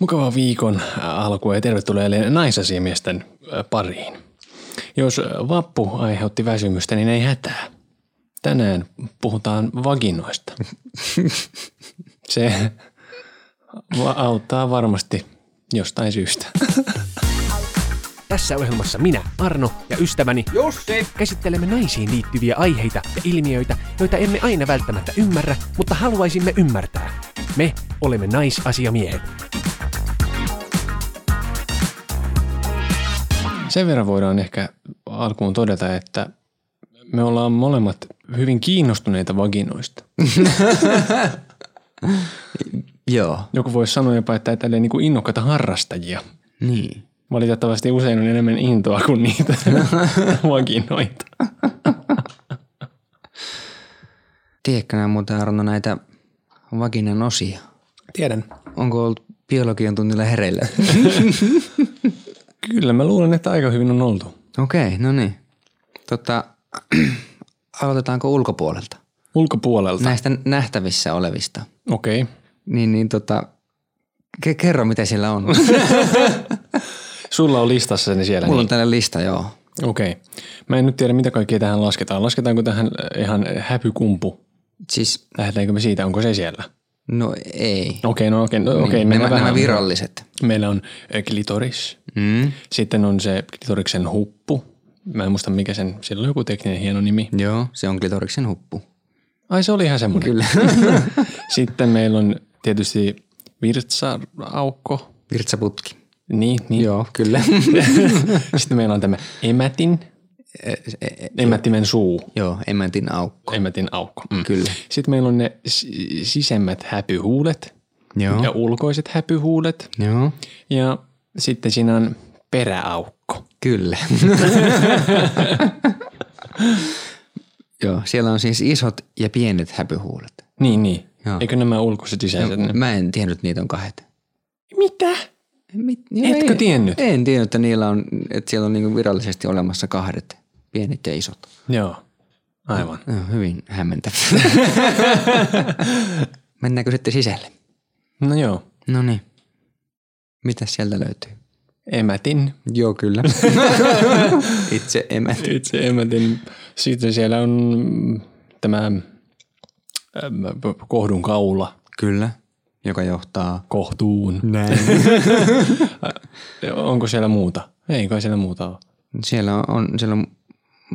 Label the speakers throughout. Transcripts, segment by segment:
Speaker 1: Mukavaa viikon äh, alkua ja tervetuloa jälleen naisasiamiesten äh, pariin. Jos äh, vappu aiheutti väsymystä, niin ei hätää. Tänään puhutaan vaginoista. Se va- auttaa varmasti jostain syystä.
Speaker 2: Tässä ohjelmassa minä, Arno ja ystäväni
Speaker 3: Jussi!
Speaker 2: käsittelemme naisiin liittyviä aiheita ja ilmiöitä, joita emme aina välttämättä ymmärrä, mutta haluaisimme ymmärtää. Me olemme naisasiamiehet.
Speaker 1: Sen verran voidaan ehkä alkuun todeta, että me ollaan molemmat hyvin kiinnostuneita vaginoista.
Speaker 3: Joo.
Speaker 1: Joku voisi sanoa jopa, että tälleen niin kuin innokkaita harrastajia.
Speaker 3: Niin.
Speaker 1: Valitettavasti usein on enemmän intoa kuin niitä vaginoita.
Speaker 3: Tiedätkö nää muuten Arno näitä vaginan osia?
Speaker 1: Tiedän.
Speaker 3: Onko ollut biologian tunnilla hereillä?
Speaker 1: Kyllä, mä luulen, että aika hyvin on oltu.
Speaker 3: Okei, no niin. Tota, aloitetaanko ulkopuolelta?
Speaker 1: Ulkopuolelta.
Speaker 3: Näistä nähtävissä olevista.
Speaker 1: Okei. Okay.
Speaker 3: Niin, niin tota, ke- kerro mitä siellä on.
Speaker 1: Sulla on listassani siellä.
Speaker 3: Mulla
Speaker 1: Niin.
Speaker 3: on täällä lista, joo.
Speaker 1: Okei. Okay. Mä en nyt tiedä, mitä kaikkea tähän lasketaan. Lasketaanko tähän äh, ihan häpykumpu?
Speaker 3: Siis,
Speaker 1: Lähdetäänkö me siitä? Onko se siellä?
Speaker 3: no ei.
Speaker 1: Okei, okay, no okei. Okay, no, okay,
Speaker 3: niin,
Speaker 1: mennään
Speaker 3: nämä,
Speaker 1: vähän.
Speaker 3: nämä viralliset.
Speaker 1: Meillä on äh, klitoris.
Speaker 3: Mm.
Speaker 1: Sitten on se klitoriksen huppu. Mä en muista mikä sen, sillä on joku tekninen hieno nimi.
Speaker 3: Joo, se on klitoriksen huppu.
Speaker 1: Ai se oli ihan semmoinen.
Speaker 3: Kyllä.
Speaker 1: Sitten meillä on tietysti virtsaaukko.
Speaker 3: Virtsaputki.
Speaker 1: Niin, niin.
Speaker 3: Joo, kyllä.
Speaker 1: Sitten meillä on tämä emätin, e, emätimen suu,
Speaker 3: joo, emäntin aukko.
Speaker 1: emätin aukko. Mm.
Speaker 3: Kyllä.
Speaker 1: Sitten meillä on ne si- sisemmät häpyhuulet
Speaker 3: Joo.
Speaker 1: ja ulkoiset häpyhuulet
Speaker 3: Joo.
Speaker 1: ja sitten siinä on peräaukko.
Speaker 3: Kyllä. Joo, siellä on siis isot ja pienet häpyhuulet.
Speaker 1: Niin, niin.
Speaker 3: Joo.
Speaker 1: Eikö nämä ulkoiset sisäiset? No,
Speaker 3: Mä en tiennyt, että niitä on kahdet.
Speaker 1: Mitä?
Speaker 3: Mit, joo,
Speaker 1: Etkö
Speaker 3: ei-
Speaker 1: tiennyt?
Speaker 3: En tiennyt, että, niillä on, että siellä on niinku virallisesti olemassa kahdet, pienet ja isot.
Speaker 1: Joo, aivan.
Speaker 3: Joo, hyvin hämmentävä. Mennäänkö sitten sisälle?
Speaker 1: No joo,
Speaker 3: No niin. Mitä sieltä löytyy?
Speaker 1: emätin.
Speaker 3: Joo, kyllä. Itse emät.
Speaker 1: Itse emätin. Sitten siellä on mm, tämä äm, kohdun kaula
Speaker 3: Kyllä, joka johtaa.
Speaker 1: kohtuun.
Speaker 3: Näin.
Speaker 1: Onko siellä muuta? Ei kai siellä muuta ole.
Speaker 3: Siellä on, on, siellä on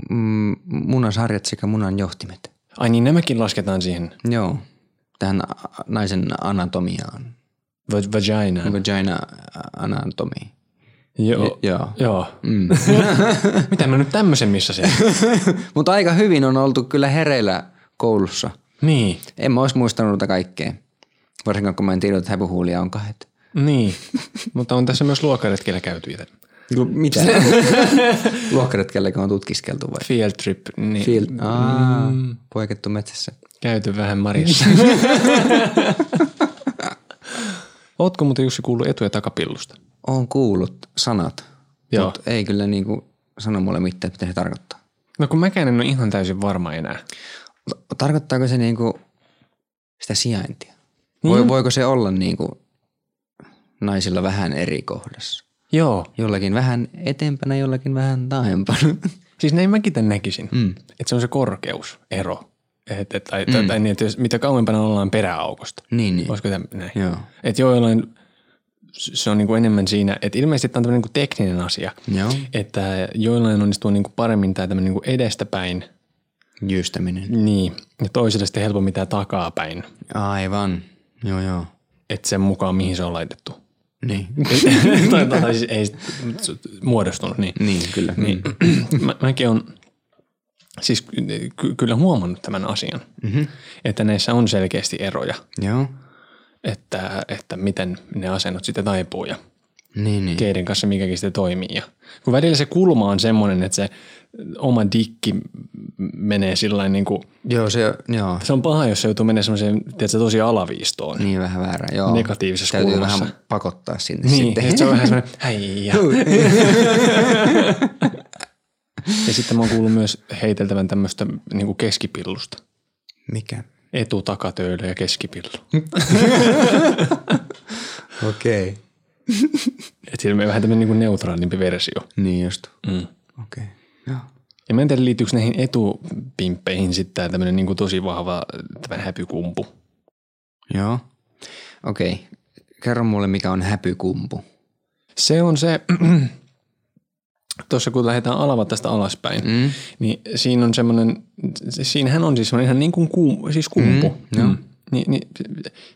Speaker 3: mm, munasarjat sekä munan johtimet.
Speaker 1: Ai niin, nämäkin lasketaan siihen
Speaker 3: Joo. Tähän a- naisen anatomiaan.
Speaker 1: va- vaginaan.
Speaker 3: Vagina anatomiaan.
Speaker 1: Joo.
Speaker 3: Joo.
Speaker 1: Joo. Mm. Mitä mä nyt tämmöisen missasin?
Speaker 3: Mutta aika hyvin on oltu kyllä hereillä koulussa.
Speaker 1: niin,
Speaker 3: En mä olisi muistanut noita kaikkea. Varsinkaan kun mä en tiedä, että häpyhuulia on kahdet.
Speaker 1: niin. Mutta on tässä myös luokkaretkellä käyty itse.
Speaker 3: Niinku, Mitä? Luokkaretkelläkö on tutkiskeltu vai?
Speaker 1: Field trip, niin Field.
Speaker 3: Field. Mm. Aa, poikettu metsässä.
Speaker 1: käyty vähän Marissa. Ootko muuten Jussi kuullut etu- ja takapillusta?
Speaker 3: Oon kuullut sanat,
Speaker 1: Joo.
Speaker 3: mutta ei kyllä niinku sano mulle mitään, että mitä se tarkoittaa.
Speaker 1: No kun mäkään en ole ihan täysin varma enää.
Speaker 3: Tarkoittaako se niinku sitä sijaintia?
Speaker 1: Mhm.
Speaker 3: Voi, voiko se olla niinku naisilla vähän eri kohdassa?
Speaker 1: Joo.
Speaker 3: Jollakin vähän etempänä, jollakin vähän taempana.
Speaker 1: Siis näin mäkin tämän näkisin.
Speaker 3: Mm.
Speaker 1: Että se on se korkeusero. Et, et, tai, mm. tai, niin, että jos, mitä kauempana ollaan peräaukosta.
Speaker 3: Niin, niin.
Speaker 1: Olisiko tämä näin?
Speaker 3: Joo.
Speaker 1: Että joillain s- se on niin kuin enemmän siinä, että ilmeisesti tämä on tämmöinen niin tekninen asia,
Speaker 3: Joo.
Speaker 1: että joillain onnistuu niin kuin paremmin tämä tämmöinen niin kuin edestäpäin,
Speaker 3: Jyystäminen.
Speaker 1: niin, ja toisille sitten helpommin tämä takapäin,
Speaker 3: Aivan. Joo, joo.
Speaker 1: että sen mukaan mihin se on laitettu.
Speaker 3: Niin.
Speaker 1: tai, tai siis ei sit- mut se on muodostunut, niin.
Speaker 3: Niin, kyllä. Niin.
Speaker 1: Mä, mäkin on siis ky- ky- kyllä huomannut tämän asian, mm-hmm. että näissä on selkeästi eroja,
Speaker 3: Joo.
Speaker 1: että, että miten ne asennot sitten taipuu ja
Speaker 3: Niin, niin.
Speaker 1: keiden kanssa mikäkin sitten toimii. Ja kun välillä se kulma on semmoinen, että se oma dikki m- menee sillä niin kuin,
Speaker 3: Joo, se, joo.
Speaker 1: se on paha, jos se joutuu menemään semmoiseen, tiedätkö, tosi alaviistoon.
Speaker 3: Niin vähän väärä, joo.
Speaker 1: Negatiivisessa
Speaker 3: Täytyy
Speaker 1: kulmassa.
Speaker 3: vähän pakottaa sinne
Speaker 1: Niin,
Speaker 3: sitten.
Speaker 1: sitten se on vähän semmoinen, häijä. ja sitten mä oon kuullut myös heiteltävän tämmöistä niin kuin keskipillusta.
Speaker 3: Mikä?
Speaker 1: Etu, takatöylö ja keskipillu.
Speaker 3: Okei. Okay.
Speaker 1: Et siinä menee vähän tämmöinen niin neutraalimpi versio.
Speaker 3: Niin just.
Speaker 1: Mm.
Speaker 3: Okei. Okay. Joo.
Speaker 1: Ja mä en tiedä, liittyykö näihin etupimppeihin sitten tämmöinen niin tosi vahva tämän häpykumpu.
Speaker 3: Joo. Okei. Okay. Kerro mulle, mikä on häpykumpu.
Speaker 1: Se on se, tuossa kun lähdetään alava tästä alaspäin, mm.
Speaker 3: Mm?
Speaker 1: niin siinä on semmoinen, siinähän on siis semmoinen ihan niin kuin kuum, siis kumpu.
Speaker 3: Mm, joo.
Speaker 1: Ni, niin,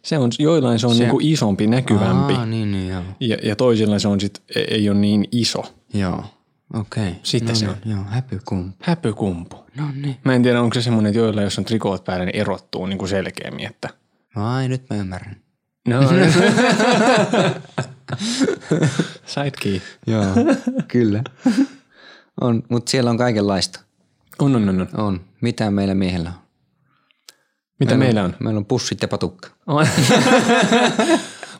Speaker 1: se on, joillain se on se... Niin kuin isompi, näkyvämpi
Speaker 3: Aa, niin, niin, joo.
Speaker 1: ja, ja toisilla se on sit, ei ole niin iso.
Speaker 3: Joo. Okei. Okay.
Speaker 1: Sitten
Speaker 3: no,
Speaker 1: se
Speaker 3: niin, Joo, häpykumpu.
Speaker 1: Häpykumpu.
Speaker 3: No niin.
Speaker 1: Mä en tiedä, onko se semmoinen, että joilla jos on trikoot päällä, niin erottuu niin kuin selkeämmin, että
Speaker 3: Ai, nyt mä ymmärrän.
Speaker 1: no, sait kiinni.
Speaker 3: Joo, kyllä. On, mutta siellä on kaikenlaista.
Speaker 1: On, on, on, on.
Speaker 3: On. Mitä meillä miehellä on?
Speaker 1: Mitä meillä on?
Speaker 3: Meillä on pussit ja patukka.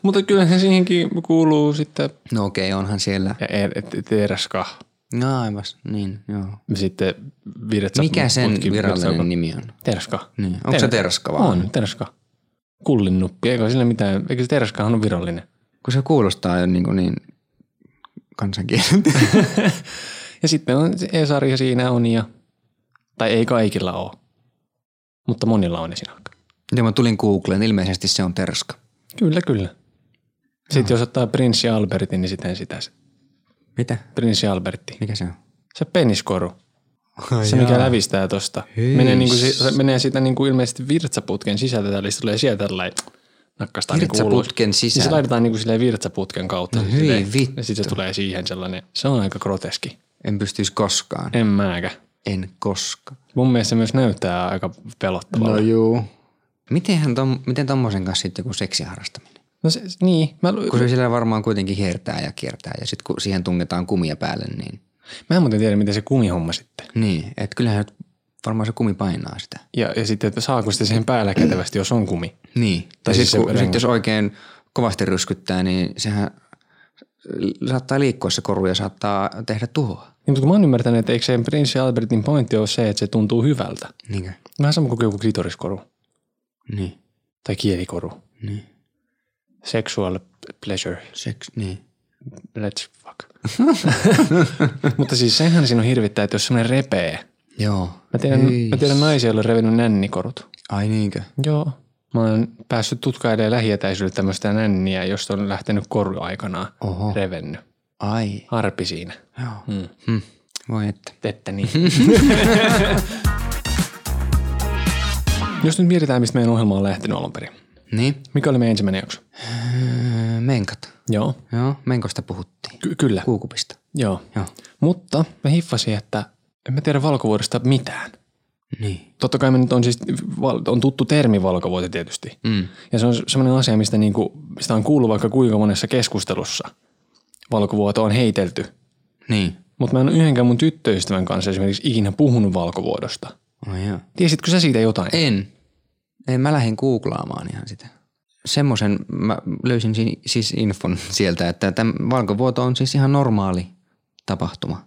Speaker 1: Mutta kyllähän siihenkin kuuluu sitten
Speaker 3: No okei, okay, onhan siellä.
Speaker 1: ja er, et, et, teräska.
Speaker 3: No aivan, niin joo.
Speaker 1: Sitten virretsa.
Speaker 3: Mikä sen
Speaker 1: putki-
Speaker 3: virallinen
Speaker 1: virretsa-
Speaker 3: nimi on?
Speaker 1: Teräska.
Speaker 3: Niin. Onko se terska vaan?
Speaker 1: On, teräska. Kullinnuppi, eikö sillä mitään, eikö se teräskahan ole virallinen?
Speaker 3: Kun se kuulostaa jo niin, kuin niin kansankieleltä.
Speaker 1: Ja sitten on se E-sarja siinä on ja, tai ei kaikilla ole, mutta monilla on esinahka.
Speaker 3: Ja mä tulin Googleen, ilmeisesti se on terska.
Speaker 1: Kyllä, kyllä. Sitten jos ottaa Prinssi Albertin, niin sitten sitä se.
Speaker 3: Mitä?
Speaker 1: Prinssi Albertti.
Speaker 3: Mikä se on?
Speaker 1: Se peniskoru. Se, mikä lävistää tosta. Menee, niinku, si- se menee sitä niinku ilmeisesti virtsaputken sisältä, eli se tulee sieltä tällainen nakkastaan niinku ulos.
Speaker 3: Virtsaputken
Speaker 1: Niin se
Speaker 3: sisällä.
Speaker 1: laitetaan niinku silleen virtsaputken kautta. No
Speaker 3: hyi vittu.
Speaker 1: Ja sitten se tulee siihen sellainen, se on aika groteski.
Speaker 3: En pystyisi koskaan.
Speaker 1: En määkä.
Speaker 3: En koskaan.
Speaker 1: Mun mielestä se myös näyttää aika pelottavalta.
Speaker 3: No
Speaker 1: No,
Speaker 3: juu. Mitenhän tom, miten tommosen kanssa sitten kun seksiharrastaminen?
Speaker 1: no se, niin, mä,
Speaker 3: Kun se siellä varmaan kuitenkin hiertää ja kiertää ja sitten kun siihen tungetaan kumia päälle, niin...
Speaker 1: mä en muuten tiedä, miten se kumihomma sitten.
Speaker 3: Niin, että kyllähän nyt varmaan se kumi painaa sitä.
Speaker 1: Ja, ja sitten, että saako sitä siihen päällä kätevästi, jos on kumi.
Speaker 3: Niin. Tai
Speaker 1: siis
Speaker 3: siis kun,
Speaker 1: se-
Speaker 3: sit jos oikein kovasti ryskyttää, niin sehän saattaa liikkua se koru ja saattaa tehdä tuhoa.
Speaker 1: Niin, mutta kun mä oon ymmärtänyt, että eikö se Prinssi Albertin pointti ole se, että se tuntuu hyvältä.
Speaker 3: Niinkö?
Speaker 1: Vähän sama kuin joku klitoriskoru
Speaker 3: Niin.
Speaker 1: tai kielikoru.
Speaker 3: Niin.
Speaker 1: Sexual pleasure.
Speaker 3: Seks, niin.
Speaker 1: Let's fuck. mutta siis senhän siinä on hirvittää, että jos semmoinen repee.
Speaker 3: Joo.
Speaker 1: Mä tiedän, mä tiedän naisia, joille on revennyt nännikorut.
Speaker 3: Ai niinkö?
Speaker 1: Joo. Mä oon päässyt tutkailemaan lähietäisyydellä tämmöistä nänniä, josta on lähtenyt korju aikanaan
Speaker 3: Oho.
Speaker 1: revennyt.
Speaker 3: Ai.
Speaker 1: Harpi siinä.
Speaker 3: Joo.
Speaker 1: Mm.
Speaker 3: Hm. Voi että.
Speaker 1: Että niin. Jos nyt mietitään, mistä meidän ohjelma on lähtenyt alun perin.
Speaker 3: Niin.
Speaker 1: Mikä oli meidän ensimmäinen jakso?
Speaker 3: Öö, menkat.
Speaker 1: Joo.
Speaker 3: Joo, menkosta puhuttiin.
Speaker 1: Ky- kyllä.
Speaker 3: Kuukupista.
Speaker 1: Joo.
Speaker 3: Joo.
Speaker 1: Mutta mä hiffasin, että en mä tiedä valkovuodesta mitään.
Speaker 3: Niin.
Speaker 1: Totta kai me nyt on, siis, val- on tuttu termi valkovuote tietysti.
Speaker 3: Mm.
Speaker 1: Ja se on sellainen asia, mistä, niinku, mistä on kuullut vaikka kuinka monessa keskustelussa. Valkovuoto on heitelty.
Speaker 3: Niin.
Speaker 1: Mutta mä en ole yhdenkään mun tyttöystävän kanssa esimerkiksi ikinä puhunut valkovuodosta.
Speaker 3: Oh, joo.
Speaker 1: Tiesitkö sä siitä jotain?
Speaker 3: En. En, mä lähdin googlaamaan ihan sitä. Semmoisen mä löysin si- siis infon sieltä, että tämän valkovuoto on siis ihan normaali tapahtuma.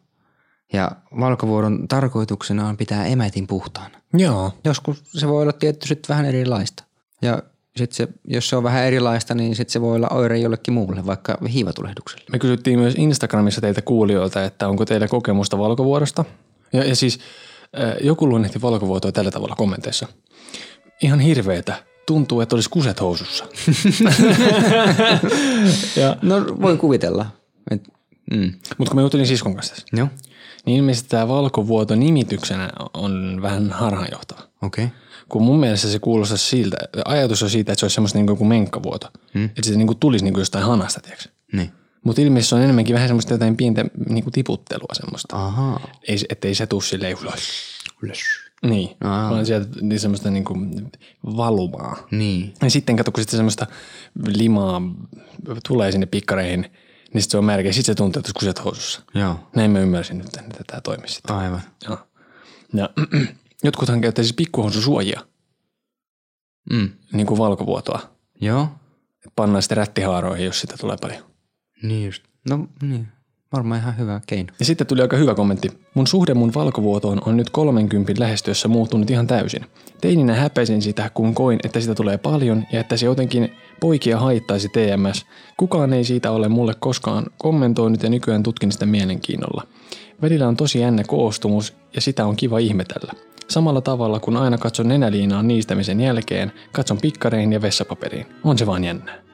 Speaker 3: Ja valkovuodon tarkoituksena on pitää emätin puhtaana.
Speaker 1: Joo.
Speaker 3: Joskus se voi olla tietty sitten vähän erilaista. Ja sitten se, jos se on vähän erilaista, niin sitten se voi olla oire jollekin muulle, vaikka hiivatulehdukselle.
Speaker 1: Me kysyttiin myös Instagramissa teiltä kuulijoilta, että onko teillä kokemusta valkovuodosta. Ja, ja siis äh, joku luonnehti valkovuotoa tällä tavalla kommenteissa. Ihan hirveetä. Tuntuu, että olisi kuset housussa. ja,
Speaker 3: No voi kuvitella. Et, mm.
Speaker 1: mutta kun me jutelin siskon kanssa tässä,
Speaker 3: Joo,
Speaker 1: niin ilmeisesti tämä valkovuoto nimityksenä on vähän harhaanjohtava.
Speaker 3: okei. Okay.
Speaker 1: Kun mun mielestä se kuulostaa siltä, ajatus on siitä, että se olisi semmoista niin kuin joku menkkavuoto. Hmm. Että se niin kuin tulisi niin kuin jostain hanasta, tiedätkö?
Speaker 3: Niin.
Speaker 1: Mutta ilmeisesti se on enemmänkin vähän semmoista jotain pientä niin kuin tiputtelua semmoista.
Speaker 3: Ahaa.
Speaker 1: ei, se- ettei se tuu silleen ulos. Niin, Aa. vaan sieltä niin semmoista niinku valumaa.
Speaker 3: Niin.
Speaker 1: Ja sitten kato, kun sitten semmoista limaa tulee sinne pikkareihin, niin sitten se on märkä. Sitten se tuntuu, että kuset housussa.
Speaker 3: Joo.
Speaker 1: Näin mä ymmärsin nyt, että tämä toimisi sitten.
Speaker 3: Aivan.
Speaker 1: Joo. Ja jotkuthan käyttää siis pikkuhoususuojia,
Speaker 3: Mm.
Speaker 1: niin kuin valkovuotoa.
Speaker 3: Joo.
Speaker 1: Pannaan sitten rättihaaroihin, jos sitä tulee paljon.
Speaker 3: Niin just. No niin. varmaan ihan hyvä keino.
Speaker 1: Ja sitten tuli aika hyvä kommentti. Mun suhde mun valkovuotoon on nyt 30 lähestyessä muuttunut ihan täysin. Teininä häpäisin sitä, kun koin, että sitä tulee paljon ja että se jotenkin poikia haittaisi TMS. Kukaan ei siitä ole mulle koskaan kommentoinut ja nykyään tutkin sitä mielenkiinnolla. Välillä on tosi jännä koostumus ja sitä on kiva ihmetellä. Samalla tavalla kun aina katson nenäliinaa niistämisen jälkeen, katson pikkareihin ja vessapaperiin. On se vaan jännää.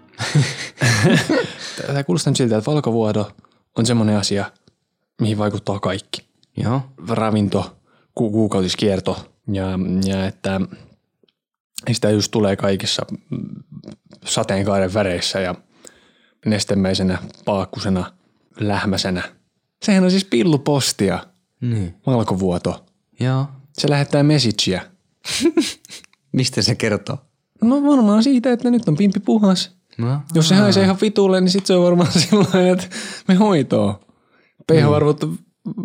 Speaker 1: Tämä kuulostaa nyt siltä, että valkovuodo on semmoinen asia, mihin vaikuttaa kaikki.
Speaker 3: Joo.
Speaker 1: Ravinto, ku- kuukautiskierto ja, ja että sitä just tulee kaikissa mm, sateenkaaren väreissä ja nestemäisenä, paakkusena, lähmäsenä. Sehän on siis pillupostia,
Speaker 3: Niin.
Speaker 1: valkovuoto.
Speaker 3: Joo.
Speaker 1: Se lähettää messageia.
Speaker 3: Mistä se kertoo?
Speaker 1: No varmaan siitä, että nyt on pimppi puhas.
Speaker 3: No.
Speaker 1: Jos se haisee ihan vitulle, niin sit se on varmaan silloin, että me hoitoon. pH-arvot on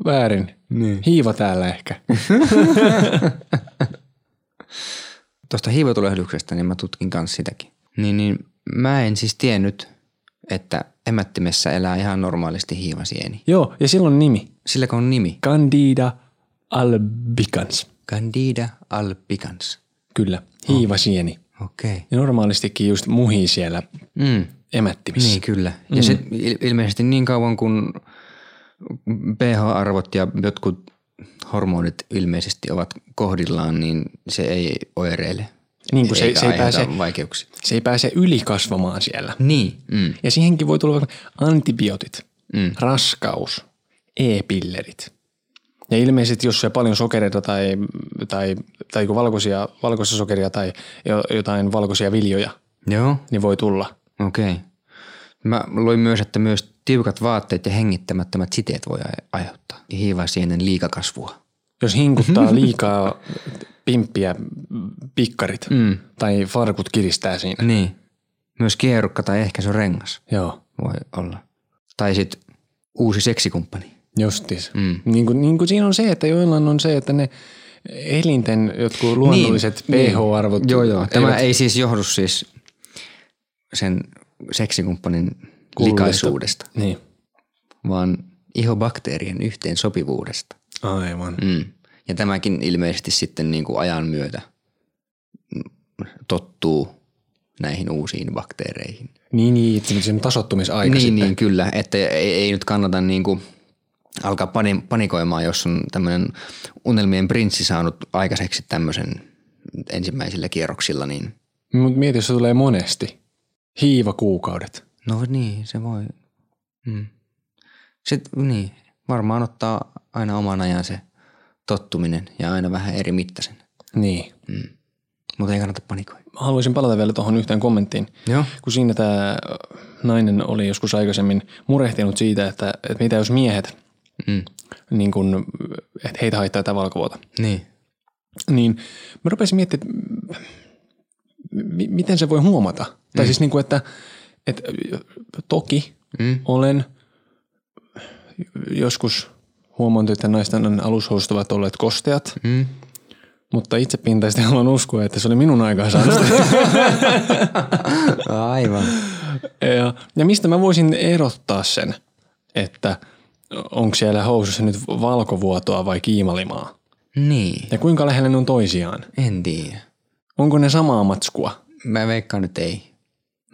Speaker 1: väärin.
Speaker 3: Niin.
Speaker 1: Hiiva täällä ehkä.
Speaker 3: Tuosta hiivotulehduksestä, niin mä tutkin kanssa sitäkin. Niin, niin mä en siis tiennyt, että emättimessä elää ihan normaalisti hiivasieni.
Speaker 1: Joo, ja silloin nimi.
Speaker 3: Sillä kun on nimi.
Speaker 1: Candida albicans.
Speaker 3: Candida albicans.
Speaker 1: Kyllä, hiivasieni.
Speaker 3: Okei. Okay.
Speaker 1: Ja normaalistikin just muhii siellä
Speaker 3: Mm.
Speaker 1: emättimissä.
Speaker 3: Niin kyllä.
Speaker 1: Mm.
Speaker 3: Ja se il- ilmeisesti niin kauan kun pH-arvot ja jotkut hormonit ilmeisesti ovat kohdillaan, niin se ei oireile.
Speaker 1: Niin, kun se-
Speaker 3: Eikä
Speaker 1: se ei
Speaker 3: aiheuta
Speaker 1: pääse-
Speaker 3: vaikeuksia.
Speaker 1: Se ei pääse ylikasvamaan siellä.
Speaker 3: Niin. Mm.
Speaker 1: Ja siihenkin voi tulla vaikka antibiootit,
Speaker 3: Mm.
Speaker 1: raskaus, e-pillerit. Ja ilmeisesti, jos syö paljon sokereita tai, tai, tai joku valkoisia, valkoisia sokeria tai jo- jotain valkoisia viljoja,
Speaker 3: Joo.
Speaker 1: niin voi tulla.
Speaker 3: Okei. Mä luin myös, että myös tiukat vaatteet ja hengittämättömät siteet voi ai- aiheuttaa. Ja hiivasienen liikakasvua.
Speaker 1: Jos hinkuttaa liikaa pimppiä pikkarit mm. tai farkut kiristää siinä.
Speaker 3: Niin. Myös kierukka tai ehkä se on rengas
Speaker 1: Joo,
Speaker 3: voi olla. Tai sitten uusi seksikumppani.
Speaker 1: justis. Mm. Niin, kuin, niin kuin siinä on se, että joillain on se, että ne elinten jotkut luonnolliset niin, pH-arvot
Speaker 3: Joo, joo. Tämä eivät... ei siis johdu siis sen seksikumppanin
Speaker 1: Kuuluudesta.
Speaker 3: likaisuudesta,
Speaker 1: Niin.
Speaker 3: vaan ihobakteerien yhteen sopivuudesta.
Speaker 1: Aivan.
Speaker 3: Mm. Ja tämäkin ilmeisesti sitten niin kuin ajan myötä mm, tottuu näihin uusiin bakteereihin.
Speaker 1: Niin, niin että se on tasottumisaika
Speaker 3: niin,
Speaker 1: sitten.
Speaker 3: niin, kyllä. Että ei, ei nyt kannata niin kuin alkaa pani- panikoimaan, jos on tämmöinen unelmien prinssi saanut aikaiseksi tämmöisen ensimmäisillä kierroksilla, niin
Speaker 1: Mutta mieti, jos se tulee monesti. Hiivakuukaudet.
Speaker 3: no niin, se voi. Mm. Sitten niin, varmaan ottaa aina oman ajan se tottuminen ja aina vähän eri mittaisen,
Speaker 1: Niin.
Speaker 3: mutta ei kannata panikoida.
Speaker 1: Mä Haluaisin palata vielä tuohon yhteen kommenttiin.
Speaker 3: Joo.
Speaker 1: Kun siinä tämä nainen oli joskus aikaisemmin murehtinut siitä, että, että mitä jos miehet,
Speaker 3: Mm.
Speaker 1: niin kun, että heitä haittaa tämä valkovuota.
Speaker 3: Niin.
Speaker 1: Niin mä rupesin miettimään, että m- m- miten se voi huomata. Tai siis niin kuin, että, että toki
Speaker 3: Mm.
Speaker 1: olen joskus huomannut, että naisten alushousut ovat olleet kosteat –
Speaker 3: Mm.
Speaker 1: Mutta itsepintaisesti haluan uskoa, että se oli minun aikaansaannosta.
Speaker 3: Aivan.
Speaker 1: ja, ja mistä mä voisin erottaa sen, että onko siellä housussa nyt valkovuotoa vai kiimalimaa?
Speaker 3: Niin,
Speaker 1: Ja kuinka lähellä ne on toisiaan?
Speaker 3: en tiedä.
Speaker 1: Onko ne samaa matskua?
Speaker 3: Mä veikkaan nyt ei.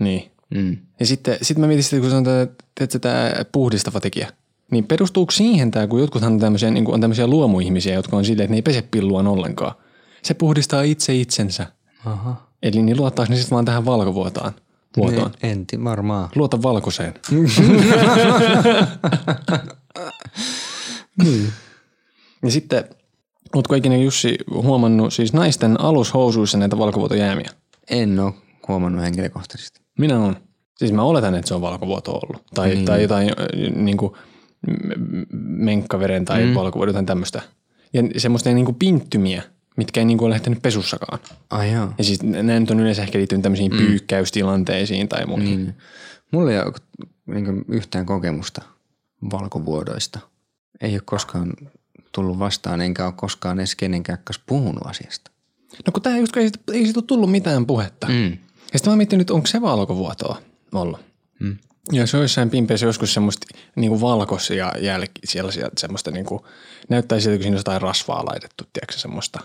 Speaker 1: Niin.
Speaker 3: Mm.
Speaker 1: Ja sitten sit mä mietin sitä, kun sanotaan, että tämä puhdistava tekijä. Niin perustuuko siihen tämä, kun jotkuthan on tämmöisiä, niin on tämmöisiä luomuihmisiä, jotka on silleen, että ne ei pese pilluaan ollenkaan. Se puhdistaa itse itsensä.
Speaker 3: Aha.
Speaker 1: Eli niin luottaako ne sitten vaan tähän valkovuotaan? Vuotoon.
Speaker 3: En, Niin, en ti- varmaan.
Speaker 1: Luota valkoiseen. Niin. ja sitten, ootko ikinä Jussi huomannut siis naisten alushousuissa näitä valkovuotojäämiä?
Speaker 3: En ole huomannut henkilökohtaisesti.
Speaker 1: Minä on. Siis mä oletan, että se on valkovuoto ollut. Tai, mm. tai jotain äh, niin kuin, m- menkkaveren tai mm. valkovuoto, jotain tämmöistä. Ja semmoista niin kuin pinttymiä, mitkä ei niin kuin ole lähtenyt pesussakaan.
Speaker 3: Ai joo.
Speaker 1: Ja siis nämä nyt on yleensä ehkä liittynyt tämmöisiin mm. pyykkäystilanteisiin tai muihin. Niin.
Speaker 3: Niin. Mulla ei ole niin yhtään kokemusta valkovuodoista. Ei ole koskaan tullut vastaan, enkä ole koskaan edes kenenkään kanssa puhunut asiasta.
Speaker 1: No kun tää just, kun ei, siitä- ei siitä ole tullut mitään puhetta.
Speaker 3: Mm.
Speaker 1: Ja sitten mä mietin nyt, onko se valkovuotoa ollut?
Speaker 3: Mm.
Speaker 1: Ja se on jossain pimpeissä joskus semmoista niinku valkoisia jälki, sellaisia, semmoista niinku, näyttää siltä, kun siinä on jotain rasvaa laitettu, tiedätkö semmoista.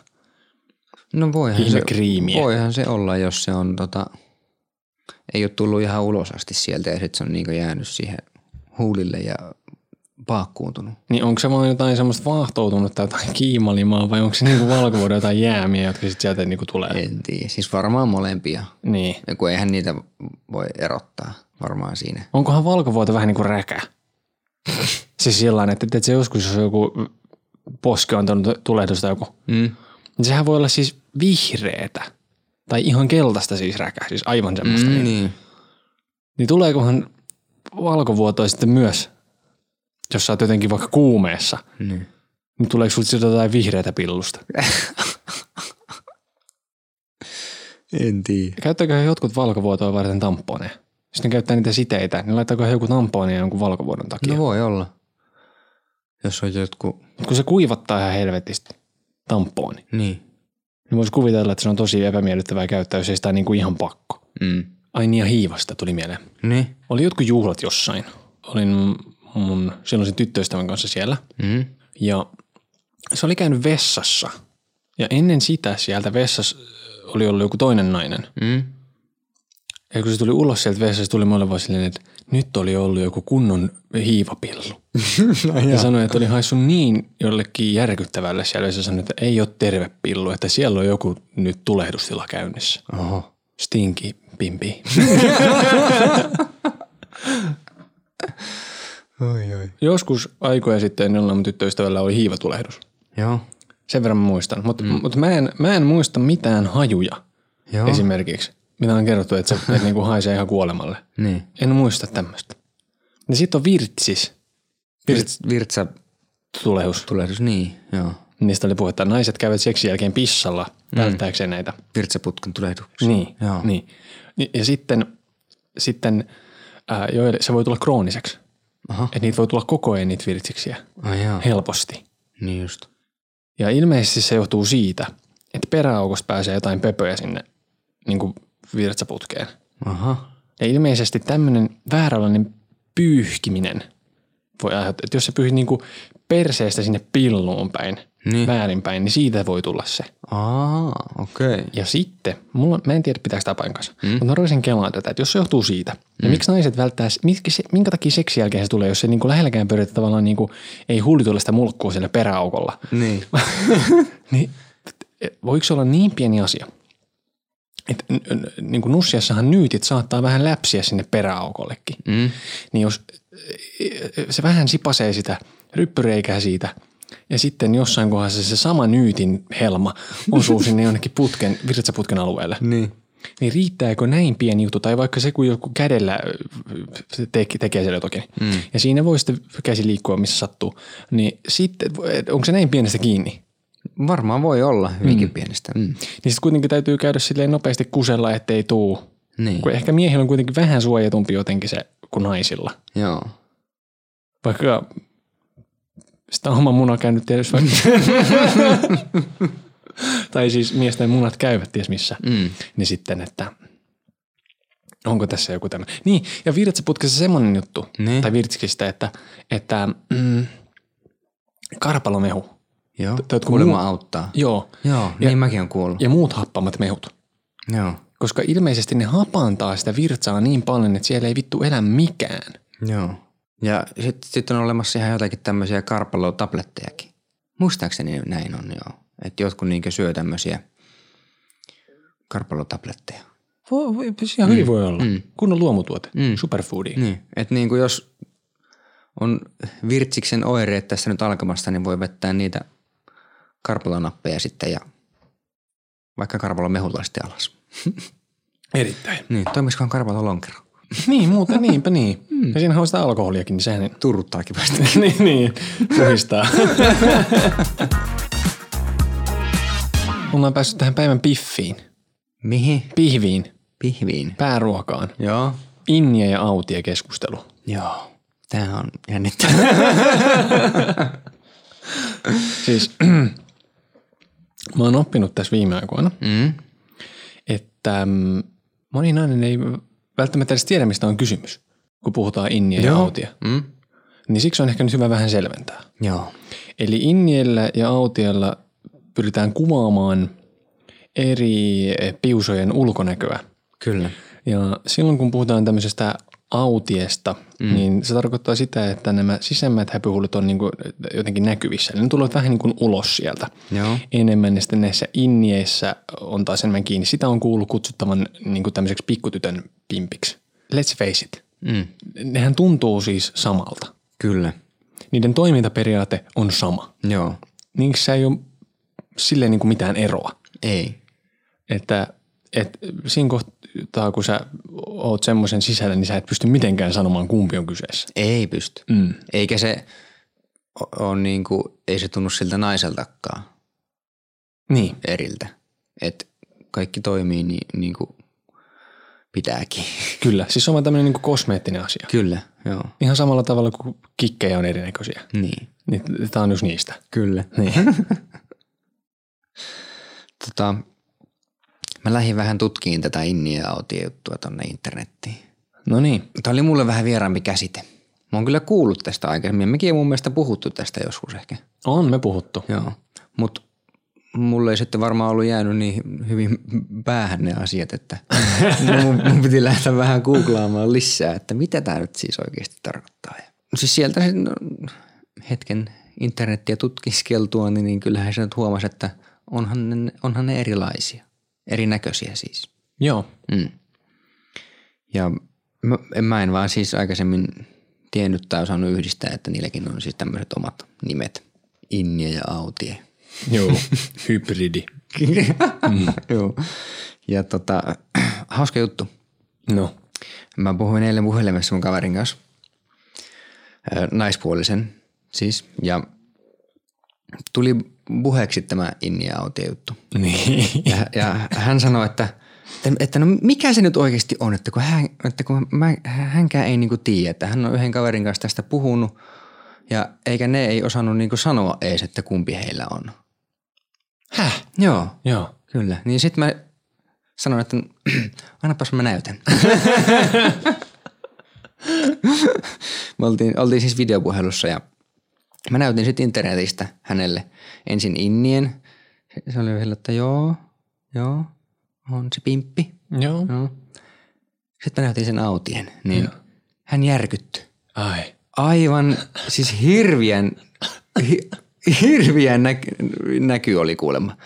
Speaker 3: No voihan
Speaker 1: Ihme
Speaker 3: se,
Speaker 1: kriimiä.
Speaker 3: voihan se olla, jos se on tota, ei ole tullut ihan ulos asti sieltä ja sitten se on niinku jäänyt siihen huulille ja paakkuuntunut.
Speaker 1: Niin onko se vaan jotain semmoista vaahtoutunutta, jotain kiimalimaa vai onko se niinku valkovuoden jotain jäämiä, jotka sitten sieltä niinku tulee?
Speaker 3: En tiedä, siis varmaan molempia,
Speaker 1: Niin.
Speaker 3: Ja kun eihän niitä voi erottaa varmaan siinä.
Speaker 1: Onkohan valkovuoto vähän niin kuin räkä? siis sellainen, että tiedätkö, joskus jos on joku poski on antanut tulehdusta joku,
Speaker 3: Mm.
Speaker 1: niin sehän voi olla siis vihreetä. Tai ihan keltaista siis räkä, siis aivan semmoista. Mm, niin.
Speaker 3: niin.
Speaker 1: niin tuleekohan valkovuotoa sitten myös, jos sä oot jotenkin vaikka kuumeessa,
Speaker 3: niin.
Speaker 1: niin tuleeko sulta siltä jotain vihreätä pillusta?
Speaker 3: En tiedä.
Speaker 1: Käyttääkö jotkut valkovuotoa varten tamponeja? Jos ne käyttää niitä siteitä, niin laittaako he joku tamponeja jonkun valkovuodon takia?
Speaker 3: No voi olla. Jos on jotkut,
Speaker 1: Mut kun se kuivattaa ihan helvetisti, tamponi.
Speaker 3: niin.
Speaker 1: Niin voisi kuvitella, että se on tosi epämiellyttävää käyttää, jos ei sitä niin kuin ihan pakko.
Speaker 3: Mm.
Speaker 1: Ai niin ja hiivasta tuli mieleen.
Speaker 3: Niin.
Speaker 1: Oli jotkut juhlat jossain. Olin mun silloisen tyttöystävän kanssa siellä.
Speaker 3: Mm.
Speaker 1: Ja se oli käynyt vessassa. Ja ennen sitä sieltä vessassa oli ollut joku toinen nainen.
Speaker 3: Mm.
Speaker 1: Ja kun se tuli ulos sieltä vessasta, se tuli mulle vaan silleen, että nyt oli ollut joku kunnon hiivapillu.
Speaker 3: No
Speaker 1: Ja sanoi, että oli haissut niin jollekin järkyttävälle siellä. Ja se sanoi, että ei ole terve pillu, että siellä on joku nyt tulehdustila käynnissä.
Speaker 3: Oho.
Speaker 1: Stinky pimpi.
Speaker 3: Oi, oi.
Speaker 1: Joskus aikoja sitten jollain mun tyttöystävällä oli hiivatulehdus.
Speaker 3: Joo.
Speaker 1: Sen verran mä muistan. Mutta mm. mut mä, en, mä en muista mitään hajuja
Speaker 3: Joo.
Speaker 1: oh. esimerkiksi, mitä on kerrottu, että se et niinku haisee ihan kuolemalle.
Speaker 3: niin.
Speaker 1: En muista tämmöistä. Ja sitten on virtsis. Virts
Speaker 3: Virtsa
Speaker 1: tulehus.
Speaker 3: tulehdus, niin. Joo.
Speaker 1: Niistä oli puhetta. Naiset käyvät seksin jälkeen pissalla välttääkseen näitä.
Speaker 3: Virtsaputken tulehdus.
Speaker 1: Niin.
Speaker 3: Mm. Joo.
Speaker 1: niin. Ja, ja sitten, sitten ää, joille, se voi tulla krooniseksi.
Speaker 3: Aha.
Speaker 1: Että niitä voi tulla koko ajan niitä virtsiksiä.
Speaker 3: Ai joo.
Speaker 1: Helposti.
Speaker 3: Niin just.
Speaker 1: Ja ilmeisesti se johtuu siitä, että peräaukosta pääsee jotain pöpöjä sinne niin kuin virtsaputkeen.
Speaker 3: Aha.
Speaker 1: Ja ilmeisesti tämmöinen vääränlainen pyyhkiminen voi aiheuttaa, että jos sä pyyhit niin kuin perseestä sinne pilluun päin,
Speaker 3: Niin.
Speaker 1: väärinpäin, niin siitä voi tulla se.
Speaker 3: Aa, okei. Okay.
Speaker 1: Ja sitten, mulla, mä en tiedä pitääkö tämä paikkansa, mm. mutta mä rupesin kelaamaan tätä, että jos se johtuu siitä, mm. niin miksi naiset välttää, se- mitkä se, minkä takia seksin jälkeen se tulee, jos se niin kuin lähelläkään pyöritä tavallaan niin kuin, ei huulituilla sitä mulkkua siellä peräaukolla.
Speaker 3: Niin.
Speaker 1: Niin, et- voiko se olla niin pieni asia, että n- n- niin kuin nussiassahan nyytit saattaa vähän läpsiä sinne peräaukollekin.
Speaker 3: Mm.
Speaker 1: Niin jos se vähän sipasee sitä ryppyreikää siitä ja sitten jossain kohdassa se sama nyytin helma osuu sinne jonnekin putken, virtsaputken alueelle.
Speaker 3: Niin.
Speaker 1: Niin riittääkö näin pieni juttu, tai vaikka se kun joku kädellä ö, ö, te- tekee siellä jotakin, mm. ja siinä voi sitten käsi liikkua missä sattuu, niin sitten, et onko se näin pienestä kiinni?
Speaker 3: Varmaan voi olla hyvinkin mm. pienestä. Mm.
Speaker 1: Niin sitten kuitenkin täytyy käydä silleen nopeasti kusella, ettei tuu.
Speaker 3: Niin.
Speaker 1: Kun ehkä miehillä on kuitenkin vähän suojatumpi jotenkin se kuin naisilla.
Speaker 3: Joo.
Speaker 1: Vaikka sitä oma muna käynyt tietysti vaikka. tai siis miesten munat käyvät ties missä.
Speaker 3: Mm.
Speaker 1: Niin sitten, että onko tässä joku tämä. Niin, ja virtsaputkessa semmoinen juttu,
Speaker 3: Niin.
Speaker 1: tai virtsikistä, että, että mm, karpalomehu.
Speaker 3: Joo.
Speaker 1: Täytyy
Speaker 3: Kuulemma
Speaker 1: muu-
Speaker 3: auttaa.
Speaker 1: Joo.
Speaker 3: Joo, ja, niin mäkin on kuullut.
Speaker 1: Ja muut happamat mehut.
Speaker 3: Joo.
Speaker 1: Koska ilmeisesti ne hapantaa sitä virtsaa niin paljon, että siellä ei vittu elä mikään.
Speaker 3: Joo. Ja sitten sit on olemassa ihan jotakin tämmöisiä karpalotablettejakin. Muistaakseni näin on joo. Että jotkut niinkö syö tämmöisiä karpalotabletteja.
Speaker 1: Voi, voi, ihan hyvin mm. voi olla. Mm. Kunnon luomutuote.
Speaker 3: Mm.
Speaker 1: Mm. Superfoodi.
Speaker 3: Niin. Että niinku jos on virtsiksen oireet tässä nyt alkamassa, niin voi vettää niitä karpalonappeja sitten ja vaikka karpalomehulla sitten alas.
Speaker 1: Erittäin.
Speaker 3: Niin, toimisikohan karpalolonkero?
Speaker 1: Niin, muuten niinpä niin. Mm. Ja siinähän on sitä alkoholiakin, niin sehän...
Speaker 3: Turruttaakin vasta.
Speaker 1: niin, niin. Puhistaa. Ollaan päässyt tähän päivän piffiin.
Speaker 3: Mihin?
Speaker 1: Pihviin.
Speaker 3: Pihviin.
Speaker 1: Pääruokaan.
Speaker 3: Joo.
Speaker 1: Innia ja autia keskustelu.
Speaker 3: Joo. Tämä on jännittävää.
Speaker 1: Siis mä oon oppinut tässä viime aikoina,
Speaker 3: Mm.
Speaker 1: että mm, moni nainen ei välttämättä edes tiedä, mistä on kysymys. kun puhutaan inniä ja
Speaker 3: Joo.
Speaker 1: autia.
Speaker 3: Mm?
Speaker 1: Niin siksi on ehkä nyt hyvä vähän selventää.
Speaker 3: Joo.
Speaker 1: Eli inniellä ja autiella pyritään kuvaamaan eri piusojen ulkonäköä.
Speaker 3: Kyllä.
Speaker 1: Ja silloin kun puhutaan tämmöisestä autiesta, mm. niin se tarkoittaa sitä, että nämä sisämmät häpyhuulet on niin kuin jotenkin näkyvissä. Eli ne tulevat vähän niin kuin ulos sieltä
Speaker 3: Joo.
Speaker 1: enemmän. Ja sitten näissä innieissä on taas enemmän kiinni. Sitä on kuullut kutsuttavan niin kuin tämmöiseksi pikkutytön pimpiksi. Let's face it.
Speaker 3: Mm.
Speaker 1: Nehän tuntuu siis samalta.
Speaker 3: Kyllä.
Speaker 1: Niiden toimintaperiaate on sama.
Speaker 3: Joo.
Speaker 1: Niissä Niin ei ole silleen niin kuin mitään eroa.
Speaker 3: Ei.
Speaker 1: Että et, siinä kohtaa, kun sä oot semmoisen sisällä, niin sä et pysty mitenkään sanomaan, kumpi on kyseessä.
Speaker 3: Ei pysty.
Speaker 1: Mm.
Speaker 3: Eikä se on niinku, ei se tunnu siltä naiseltakaan
Speaker 1: Niin.
Speaker 3: eriltä. Et kaikki toimii niin, niin kuin pitääkin.
Speaker 1: Kyllä. Siis se on vaan tämmöinen niin kosmeettinen asia.
Speaker 3: Kyllä, joo.
Speaker 1: Ihan samalla tavalla kuin kikkejä on erinäköisiä.
Speaker 3: Niin.
Speaker 1: Niin tämä on just niistä.
Speaker 3: Kyllä.
Speaker 1: Niin.
Speaker 3: Tota, mä lähdin vähän tutkiin tätä inniä ja autia juttua tonne internettiin.
Speaker 1: No niin.
Speaker 3: Tämä oli mulle vähän vieraampi käsite. Mä oon kyllä kuullut tästä aikaisemmin. Mekin on mun mielestä puhuttu tästä joskus ehkä.
Speaker 1: On me puhuttu.
Speaker 3: Joo. Mutta mulle ei sitten varmaan ollut jäänyt niin hyvin päähän ne asiat, että mun, mun piti lähteä vähän googlaamaan lisää, että mitä tämä nyt siis oikeasti tarkoittaa. Ja siis sieltä sen no, hetken internettiä tutkiskeltua, niin, niin kyllähän se nyt huomasi, että onhan ne, onhan ne erilaisia, erinäköisiä siis.
Speaker 1: Joo.
Speaker 3: Mm. Ja mä, en- mä en vaan siis aikaisemmin tiennyt tai osannut yhdistää, että niilläkin on siis tämmöiset omat nimet. Innie ja Autie.
Speaker 1: Joo. Hybridi.
Speaker 3: Mm. Joo. Ja tota, hauska juttu.
Speaker 1: No.
Speaker 3: Mä puhuin eilen puhelimessa mun kaverin kanssa. Ö, Naispuolisen siis. Ja tuli puheeksi tämä Innie ja Autie juttu.
Speaker 1: Niin.
Speaker 3: Ja, ja hän sanoi, että, että, että no mikä se nyt oikeasti on, että kun, hän, että kun mä, hänkään ei niinku tiedä, että hän on yhden kaverin kanssa tästä puhunut ja eikä ne ei osannut niinku sanoa ees, että kumpi heillä on.
Speaker 1: Häh?
Speaker 3: Joo,
Speaker 1: Joo.
Speaker 3: kyllä. Niin sitten mä sanoin, että annapas mä näytän. me oltiin, oltiin siis videopuhelussa ja mä näytin sitten internetistä hänelle ensin innien. Se- Se oli vielä, että joo, joo, on se pimppi.
Speaker 1: Joo.
Speaker 3: No. Sitten mä näytin sen autien, niin joo. hän järkyttyi.
Speaker 1: Ai.
Speaker 3: Aivan, siis hirviän, hi, hirviän näky, näky oli kuulemma.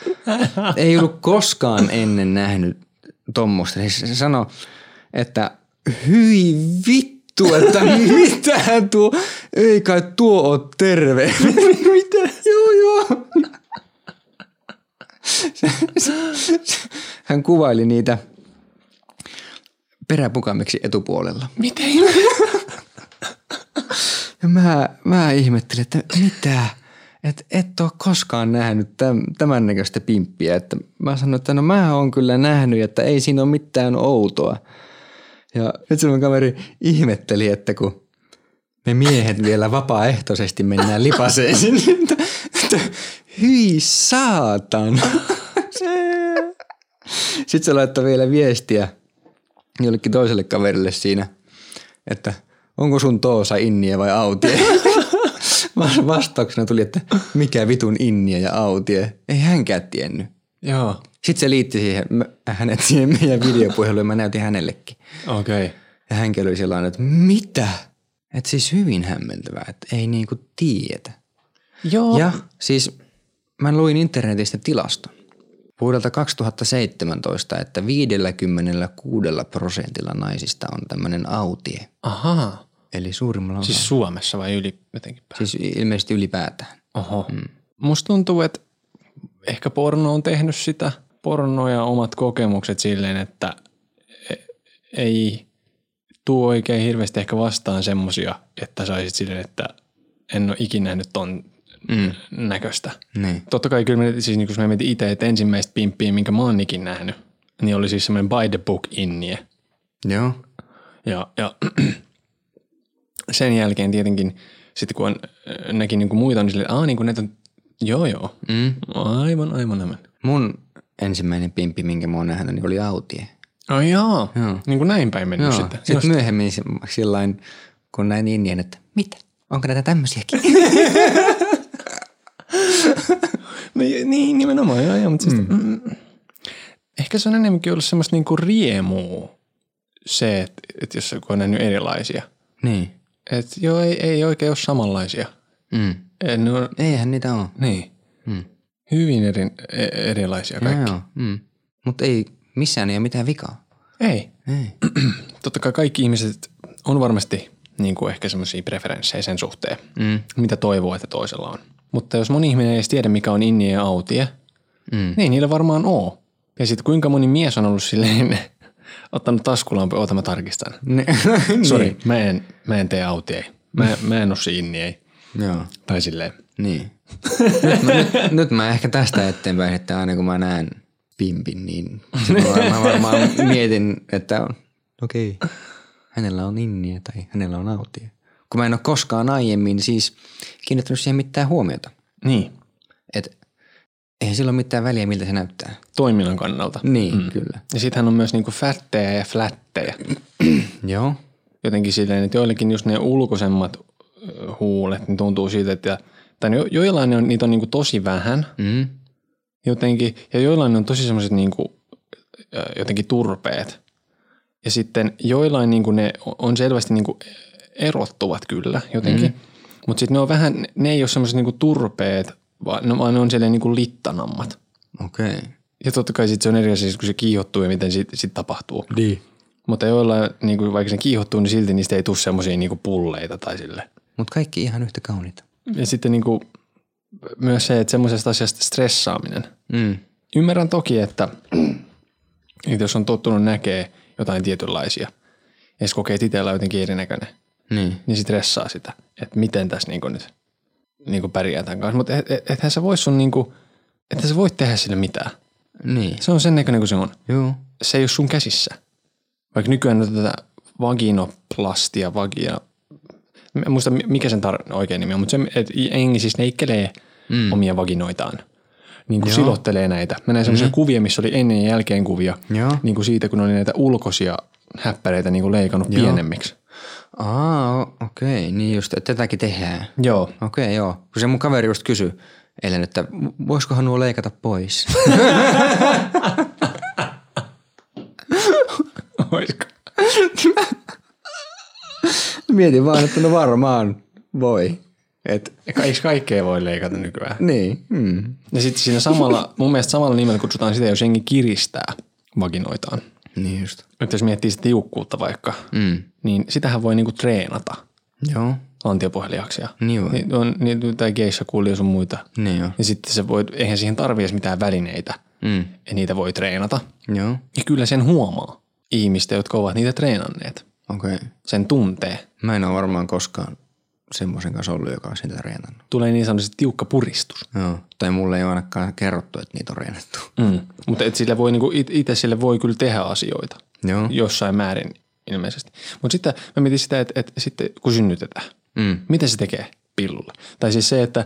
Speaker 3: Ei ollut koskaan ennen nähnyt tuommoista. Siis se sanoi, että hyi vittu, että mitä tuo, ei kai tuo ole terve. mitä? Joo, joo. Hän kuvaili niitä peräpukamiksi etupuolella.
Speaker 1: Miten?
Speaker 3: Ja mä, mä ihmettelin, että mitä? Et, et ole koskaan nähnyt tämän, tämän näköistä pimppiä. Että mä sanoin, että no mä oon kyllä nähnyt, että ei siinä ole mitään outoa. Ja nyt se mun kaveri ihmetteli, että kun me miehet vielä vapaaehtoisesti mennään lipaseen sinne, että, että hyi saatan. Sitten se laittoi vielä viestiä jollekin toiselle kaverille siinä, että onko sun toosa inniä vai autie? Vas- Vastauksena tuli, että mikä vitun inniä ja autie. Ei hänkään tiennyt.
Speaker 1: Joo.
Speaker 3: Sitten se liitti siihen, mä- hänet siihen meidän videopuheluun ja mä näytin hänellekin.
Speaker 1: Okei. Okay.
Speaker 3: Ja hän oli sellainen, että mitä? Että siis hyvin hämmentävää, että ei niinku tiedetä.
Speaker 1: Joo.
Speaker 3: Ja siis mä luin internetistä tilaston vuodelta 2017, että 56 prosentilla naisista on tämmöinen autie.
Speaker 1: Ahaa.
Speaker 3: Eli suurimmalla on siis,
Speaker 1: Siis Suomessa vai yli jotenkin päin?
Speaker 3: siis ilmeisesti ylipäätään.
Speaker 1: Oho. Mm. Musta tuntuu, että ehkä porno on tehnyt sitä. Porno ja omat kokemukset silleen, että e- ei tuu oikein hirveästi ehkä vastaan semmosia, että saisit silleen, että en ole ikinä nähnyt ton mm. näköistä.
Speaker 3: Niin.
Speaker 1: Totta kai kyllä me, siis niin kun mä mietin itse, että ensimmäistä pimppiä, minkä mä oon ikin nähnyt, niin oli siis semmoinen by the book innie.
Speaker 3: Joo.
Speaker 1: Ja, ja sen jälkeen tietenkin, sitten kun on, näki niin kuin muita, niin silleen, aah, niin kuin näitä on, joo joo, No,
Speaker 3: Mm.
Speaker 1: aivan, aivan, aivan.
Speaker 3: Mun ensimmäinen pimppi, minkä mä oon nähnyt, niin oli autie.
Speaker 1: Ai jaa.
Speaker 3: Joo.
Speaker 1: Niin kuin näin päin mennyt
Speaker 3: Joo.
Speaker 1: sitten.
Speaker 3: Sitten
Speaker 1: Just.
Speaker 3: myöhemmin sillain, kun näin Indian, että mitä? Onko näitä tämmöisiäkin?
Speaker 1: No, j- niin, nimenomaan. Joo, joo, mutta siis, mm. Mm, ehkä se on enemmänkin ollut semmoista niinku riemua se, että, että jos joku on nähnyt erilaisia.
Speaker 3: niin.
Speaker 1: Että joo, ei, ei oikein ole samanlaisia.
Speaker 3: Mm.
Speaker 1: Eh, Ne on,
Speaker 3: Eihän niitä ole.
Speaker 1: niin.
Speaker 3: Mm.
Speaker 1: Hyvin eri, e- erilaisia kaikki.
Speaker 3: Joo, mm. Mutta ei missään ei ole mitään vikaa. Mm.
Speaker 1: Ei.
Speaker 3: Ei.
Speaker 1: Totta kai kaikki ihmiset on varmasti niin kuin ehkä semmoisia preferenssejä sen suhteen,
Speaker 3: Mm.
Speaker 1: mitä toivoo, että toisella on. Mutta jos moni ihminen ei edes tiedä, mikä on inni ja autie,
Speaker 3: Mm.
Speaker 1: niin niillä varmaan oo. Ja sitten kuinka moni mies on ollut silleen, ottanut taskulampu, oota mä tarkistan.
Speaker 3: Ne,
Speaker 1: Sori, niin. mä, en, mä en tee autie. Mä, mä en oo se inni, ei.
Speaker 3: Joo.
Speaker 1: Tai silleen.
Speaker 3: Niin. Nyt mä, nyt, nyt mä ehkä tästä eteenpäin, että aina kun mä näen pimpin, niin silloin mä varmaan mietin, että on, okei, okay. hänellä on inniä tai hänellä on autia. Kun mä en ole koskaan aiemmin siis kiinnittänyt siihen mitään huomiota.
Speaker 1: Niin,
Speaker 3: Et eihän sillä ole mitään väliä, miltä se näyttää.
Speaker 1: toiminnan kannalta.
Speaker 3: Niin, mm. kyllä.
Speaker 1: Ja sittenhän on myös niinku fättejä ja flättejä.
Speaker 3: Joo.
Speaker 1: jotenkin silleen, että joillekin just ne ulkoisemmat ö, huulet, niin tuntuu siitä, että tai jo, joillain ne on, niitä on niin tosi vähän
Speaker 3: Mm.
Speaker 1: jotenkin, ja joillain ne on tosi semmoiset niin jotenkin turpeet. Ja sitten joillain niin ne o- on selvästi niin erottuvat kyllä jotenkin, mm. mutta sitten ne on vähän, ne ei ole semmoiset niin turpeet, vaan ne, vaan ne on silleen niin littanammat.
Speaker 3: Okei. Okay.
Speaker 1: Ja totta kai sit se on eri asia, kun se kiihottuu ja miten sit, sit tapahtuu. Niin. Mutta joilla, niin kuin, vaikka se kiihottuu, niin silti niistä ei tule semmoisia niin pulleita tai sille.
Speaker 3: Mutta kaikki ihan yhtä kauniita.
Speaker 1: Ja sitten niin kuin, myös se, että semmoisesta asiasta stressaaminen.
Speaker 3: Mm.
Speaker 1: Ymmärrän toki, että, että jos on tottunut näkee jotain tietynlaisia, ja se kokee, että itsellä on jotenkin erinäköinen,
Speaker 3: Niin.
Speaker 1: niin se stressaa sitä, että miten tässä niin kuin nyt niin kuin pärjää tämän kanssa. Mutta et, et, ethän sä voi sun niin kuin, ethän sä voi tehdä sille mitään.
Speaker 3: Niin.
Speaker 1: Se on sen näköinen kuin se on.
Speaker 3: Joo.
Speaker 1: se ei ole sun käsissä. Vaikka nykyään on tätä vaginoplastia, vagina... Mä en muista, mi- mikä sen tar- oikein nimi on, mutta se, että jengi siis neikkelee mm. omia vaginoitaan. Niin kuin silottelee näitä. Mä näin semmoisia mm. kuvia, missä oli ennen ja jälkeen kuvia.
Speaker 3: Joo.
Speaker 1: Niin kuin siitä, kun oli näitä ulkoisia häppäreitä niin kuin leikannut Joo. pienemmiksi.
Speaker 3: Aa, o- okei. Okay. Niin just, että tätäkin tehdään.
Speaker 1: Joo.
Speaker 3: Okei, okay, joo. Kun se mun kaveri just kysyi eilen, että voisikohan nuo leikata pois.
Speaker 1: Oisko?
Speaker 3: Mietin vaan, että no varmaan voi. Et,
Speaker 1: Eikö kaikkea voi leikata nykyään?
Speaker 3: niin. Mm.
Speaker 1: Ja sitten siinä samalla, mun mielestä samalla nimellä kutsutaan sitä, jos jengi kiristää vaginoitaan.
Speaker 3: Niin just.
Speaker 1: Nyt jos miettii sitä tiukkuutta vaikka, mm. niin sitähän voi niinku treenata
Speaker 3: Joo.
Speaker 1: antiopohjaliaksia.
Speaker 3: Niin voi.
Speaker 1: Niin on, niin, tai geisha kulja sun muita.
Speaker 3: Niin joo.
Speaker 1: Ja sitten se voi, eihän siihen tarvii edes mitään välineitä.
Speaker 3: Mm.
Speaker 1: Ja niitä voi treenata.
Speaker 3: Joo.
Speaker 1: Ja kyllä sen huomaa ihmistä, jotka ovat niitä treenanneet.
Speaker 3: Okei. Okay.
Speaker 1: Sen tuntee.
Speaker 3: Mä en ole varmaan koskaan semmoisen kanssa ollut, joka on sitä reenannut.
Speaker 1: Tulee niin sanotusti tiukka puristus.
Speaker 3: Joo. Tai mulle ei ole ainakaan kerrottu, että niitä on reenattu.
Speaker 1: Mm. Mutta et sille voi, niinku, itse sille voi kyllä tehdä asioita.
Speaker 3: Joo.
Speaker 1: Jossain määrin ilmeisesti. Mutta sitten mä mietin sitä, että, että sitten kun synnytetään,
Speaker 3: Mm.
Speaker 1: Mitä se tekee pillulla? Tai siis se, että,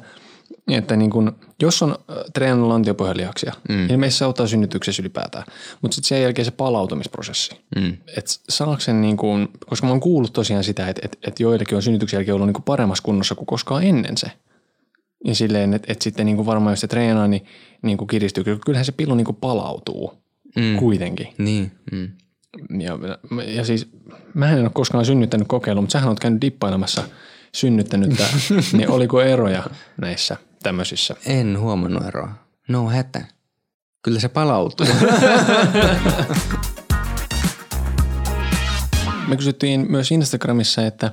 Speaker 1: että niin kun, jos on äh, treenannut lantiopohjalihaksia, mm. niin meissä auttaa synnytyksessä ylipäätään. Mutta sitten sen jälkeen se palautumisprosessi.
Speaker 3: Mm.
Speaker 1: Et saako sen niin kun, koska mä oon kuullut tosiaan sitä, että, että, että joillekin on synnytyksen jälkeen ollut niin kun paremmassa kunnossa kuin koskaan ennen se. Ja silleen, että, että sitten niin kun varmaan jos se treenaa, niin, niin kun kiristyy. Kyllähän se pillu niin kun palautuu mm. kuitenkin.
Speaker 3: Niin. Mm.
Speaker 1: Ja, ja siis, mä en ole koskaan synnyttänyt kokeilua, mutta sähän oot käynyt dippailemassa synnyttänyttä, niin oliko eroja näissä tämmöisissä?
Speaker 3: En huomannut eroa. No hätä. Kyllä se palautuu.
Speaker 1: Me kysyttiin myös Instagramissa, että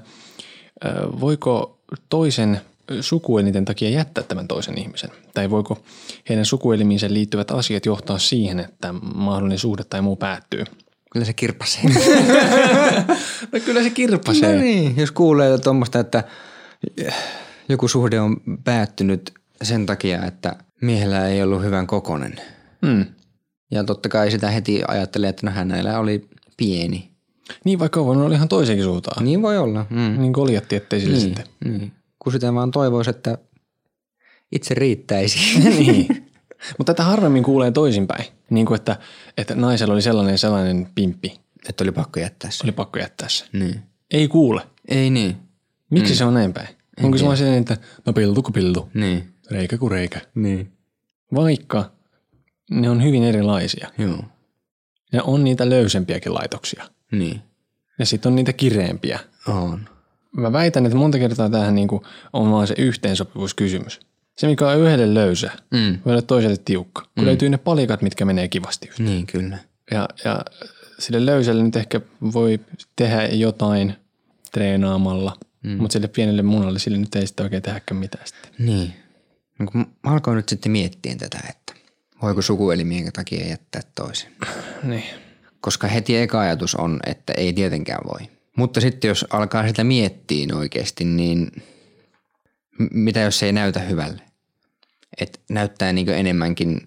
Speaker 1: ö, voiko toisen sukuelinten takia jättää tämän toisen ihmisen? Tai voiko heidän sukuelimiinsä liittyvät asiat johtaa siihen, että mahdollinen suhde tai muu päättyy?
Speaker 3: Kyllä se kirpasee.
Speaker 1: No kyllä se kirpasee.
Speaker 3: No niin, jos kuulee tuommoista, että joku suhde on päättynyt sen takia, että miehellä ei ollut hyvän kokonen.
Speaker 1: Mm.
Speaker 3: Ja totta kai sitä heti ajattelee, että no hänellä oli pieni.
Speaker 1: Niin vaikka on voinut olla ihan toisenkin suuntaan.
Speaker 3: Niin voi olla. Mm.
Speaker 1: Niin koljatti, ettei sille niin. sitten.
Speaker 3: Niin. Kun sitä vaan toivoisi, että itse riittäisi.
Speaker 1: niin. Mutta tätä harvemmin kuulee toisinpäin. Niin kuin että, että naisella oli sellainen ja sellainen pimppi.
Speaker 3: Että oli pakko jättää se.
Speaker 1: Oli pakko jättää se.
Speaker 3: Niin.
Speaker 1: Ei kuule.
Speaker 3: Ei niin.
Speaker 1: Miksi mm. se on näin päin? Onko se vaan sellainen, että no piltu kuin piltu,
Speaker 3: Niin.
Speaker 1: reikä kuin reikä.
Speaker 3: Niin.
Speaker 1: Vaikka ne on hyvin erilaisia.
Speaker 3: Joo.
Speaker 1: Ja on niitä löysempiäkin laitoksia.
Speaker 3: Niin.
Speaker 1: Ja sitten on niitä kireempiä.
Speaker 3: On.
Speaker 1: Mä väitän, että monta kertaa tähän niinku on vaan se yhteensopivuuskysymys. Se, mikä on yhdelle löysä,
Speaker 3: Mm.
Speaker 1: voi olla toiselle tiukka. Kun löytyy ne palikat, mitkä menee kivasti yhteen.
Speaker 3: Niin kyllä.
Speaker 1: Ja, ja sille löysälle nyt ehkä voi tehdä jotain treenaamalla, mm. mutta sille pienelle munalle sille nyt ei sitten oikein tehdäkään mitään sitten.
Speaker 3: Niin. No kun mä alkoin nyt sitten miettiä tätä, että voiko sukuelimien takia jättää toisen.
Speaker 1: Niin.
Speaker 3: Koska heti eka ajatus on, että ei tietenkään voi. Mutta sitten jos alkaa sitä miettiä oikeasti, niin m- mitä jos se ei näytä hyvälle? Et näyttää niin enemmänkin,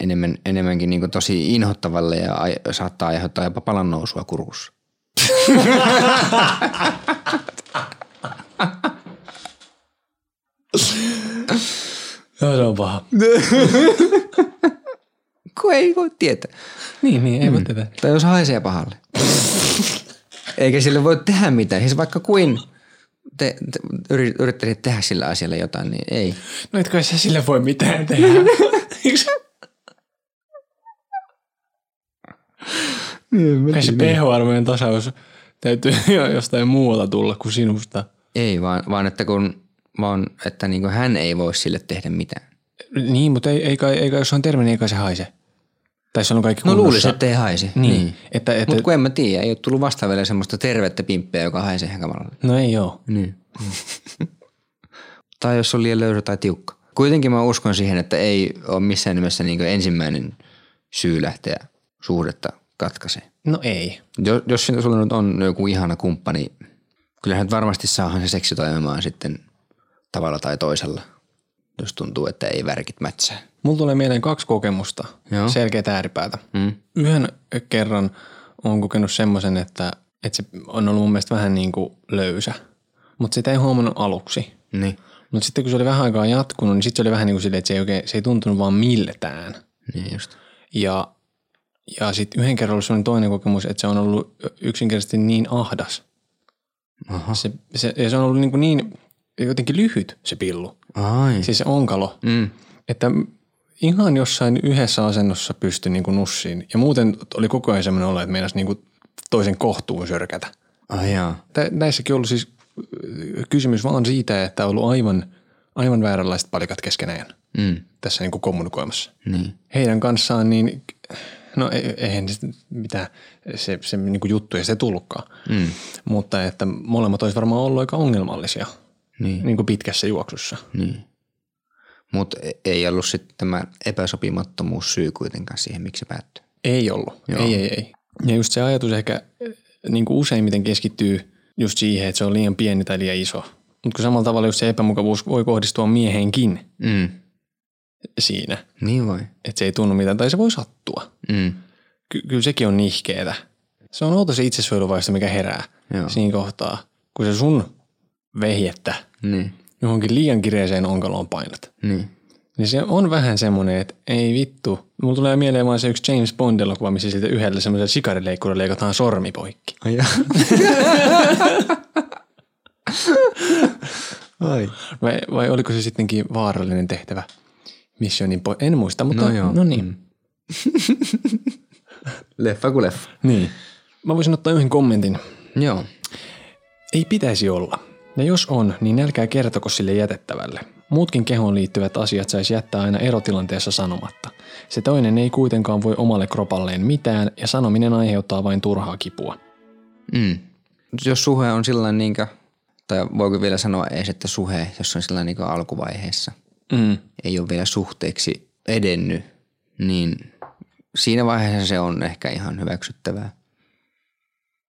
Speaker 3: enemmän, enemmänkin niin tosi inhottavalle ja ai- saattaa aiheuttaa jopa palan nousua kurussa.
Speaker 1: Joo, se on paha.
Speaker 3: Kun ei voi tietää.
Speaker 1: Niin, niin, ei mm. voi tätä.
Speaker 3: Tai jos haisee pahalle. Eikä sille voi tehdä mitään. Siis vaikka kuin te, te yri- yrittäisit tehdä sillä asialla jotain, niin ei.
Speaker 1: No etkö sä sille voi mitään tehdä? Eiks- Kai se pH-arvojen tasaus täytyy jo jostain muualta tulla kuin sinusta.
Speaker 3: Ei, vaan, vaan että kun vaan, että niin kuin hän ei voi sille tehdä mitään.
Speaker 1: Niin, mutta ei, ei, kai, ei kai, jos se on terve, niin ei kai se haise. Tai se on kaikki
Speaker 3: No
Speaker 1: kunnossa.
Speaker 3: luulisi, että ei haisi.
Speaker 1: Niin. Että, että,
Speaker 3: Mutta kun en mä tiedä, ei ole tullut vastaan vielä semmoista tervettä pimppeä, joka haisee ihan kamalalle.
Speaker 1: No ei joo.
Speaker 3: Niin. tai jos on liian löysä tai tiukka. Kuitenkin mä uskon siihen, että ei ole missään nimessä niin kuin ensimmäinen syy lähteä suhdetta katkaisee.
Speaker 1: No ei.
Speaker 3: Jos, jos sinä- sulla nyt on joku ihana kumppani, kyllähän nyt varmasti saahan se seksi toimimaan sitten tavalla tai toisella, jos tuntuu, että ei värkit mätsää.
Speaker 1: Mulla tulee mieleen kaksi kokemusta,
Speaker 3: Joo.
Speaker 1: selkeitä ääripäätä.
Speaker 3: Mm.
Speaker 1: Yhden kerran on kokenut semmoisen, että, että se on ollut mun mielestä vähän niin kuin löysä, mutta sitä ei huomannut aluksi.
Speaker 3: Niin.
Speaker 1: Mutta sitten kun se oli vähän aikaa jatkunut, niin sitten se oli vähän niin kuin silleen, että se ei, oikein, se ei tuntunut vaan miltään.
Speaker 3: Niin just.
Speaker 1: Ja, ja sitten yhden kerran oli semmoinen toinen kokemus, että se on ollut yksinkertaisesti niin ahdas.
Speaker 3: Aha.
Speaker 1: Se, se, ja se on ollut niin, kuin niin jotenkin lyhyt se pillu,
Speaker 3: Ai.
Speaker 1: siis se onkalo.
Speaker 3: Mm.
Speaker 1: että ihan jossain yhdessä asennossa pystyi niin kuin nussiin. Ja muuten oli koko ajan semmoinen olo, että meinasi niin kuin toisen kohtuun sörkätä.
Speaker 3: Ai jaa.
Speaker 1: Tä- Näissäkin on ollut siis äh, kysymys vaan siitä, että on ollut aivan, aivan vääränlaiset palikat keskenään
Speaker 3: Mm.
Speaker 1: tässä niin kuin kommunikoimassa.
Speaker 3: Niin.
Speaker 1: Heidän kanssaan niin, no e- eihän se mitään se, se niin kuin juttu ei se tullutkaan.
Speaker 3: Mm.
Speaker 1: Mutta että molemmat olisi varmaan ollut aika ongelmallisia
Speaker 3: Niin.
Speaker 1: niin kuin pitkässä juoksussa.
Speaker 3: Niin. Mutta ei ollut sitten tämä epäsopimattomuus syy kuitenkaan siihen, miksi se päättyy.
Speaker 1: Ei ollut.
Speaker 3: Joo.
Speaker 1: Joo. Ei, ei, ei. Ja just se ajatus ehkä niin kuin useimmiten keskittyy just siihen, että se on liian pieni tai liian iso. Mutta kun samalla tavalla just se epämukavuus voi kohdistua miehenkin
Speaker 3: Mm.
Speaker 1: siinä,
Speaker 3: Niin voi.
Speaker 1: että se ei tunnu mitään tai se voi sattua.
Speaker 3: Mm.
Speaker 1: Ky- kyllä sekin on nihkeetä. Se on outo se itsesuojeluvaisto, mikä herää
Speaker 3: Joo.
Speaker 1: Joo. siinä kohtaa, kun se sun vehjettä
Speaker 3: Niin.
Speaker 1: johonkin liian kireeseen onkaloon painat.
Speaker 3: Niin.
Speaker 1: Niin se on vähän semmoinen, että ei vittu. Mulla tulee mieleen vaan se yksi James Bond-elokuva, missä siltä yhdellä semmoisella sikarileikkurilla leikataan sormi poikki.
Speaker 3: Ai jaa. Ai.
Speaker 1: Vai, vai oliko se sittenkin vaarallinen tehtävä? Missionin po- En muista, mutta
Speaker 3: No joo. mm.
Speaker 1: no niin.
Speaker 3: Leffa kuin leffa.
Speaker 1: niin. Mä voisin ottaa yhden kommentin.
Speaker 3: Joo.
Speaker 1: Ei pitäisi olla. Ja jos on, niin älkää kertoko sille jätettävälle. Muutkin kehoon liittyvät asiat saisi jättää aina erotilanteessa sanomatta. Se toinen ei kuitenkaan voi omalle kropalleen mitään ja sanominen aiheuttaa vain turhaa kipua.
Speaker 3: Mm. Jos suhe on sillä niinkö, tai voiko vielä sanoa edes, että suhe, jos on sillä niinkö alkuvaiheessa,
Speaker 1: Mm.
Speaker 3: ei ole vielä suhteeksi edennyt, niin siinä vaiheessa se on ehkä ihan hyväksyttävää.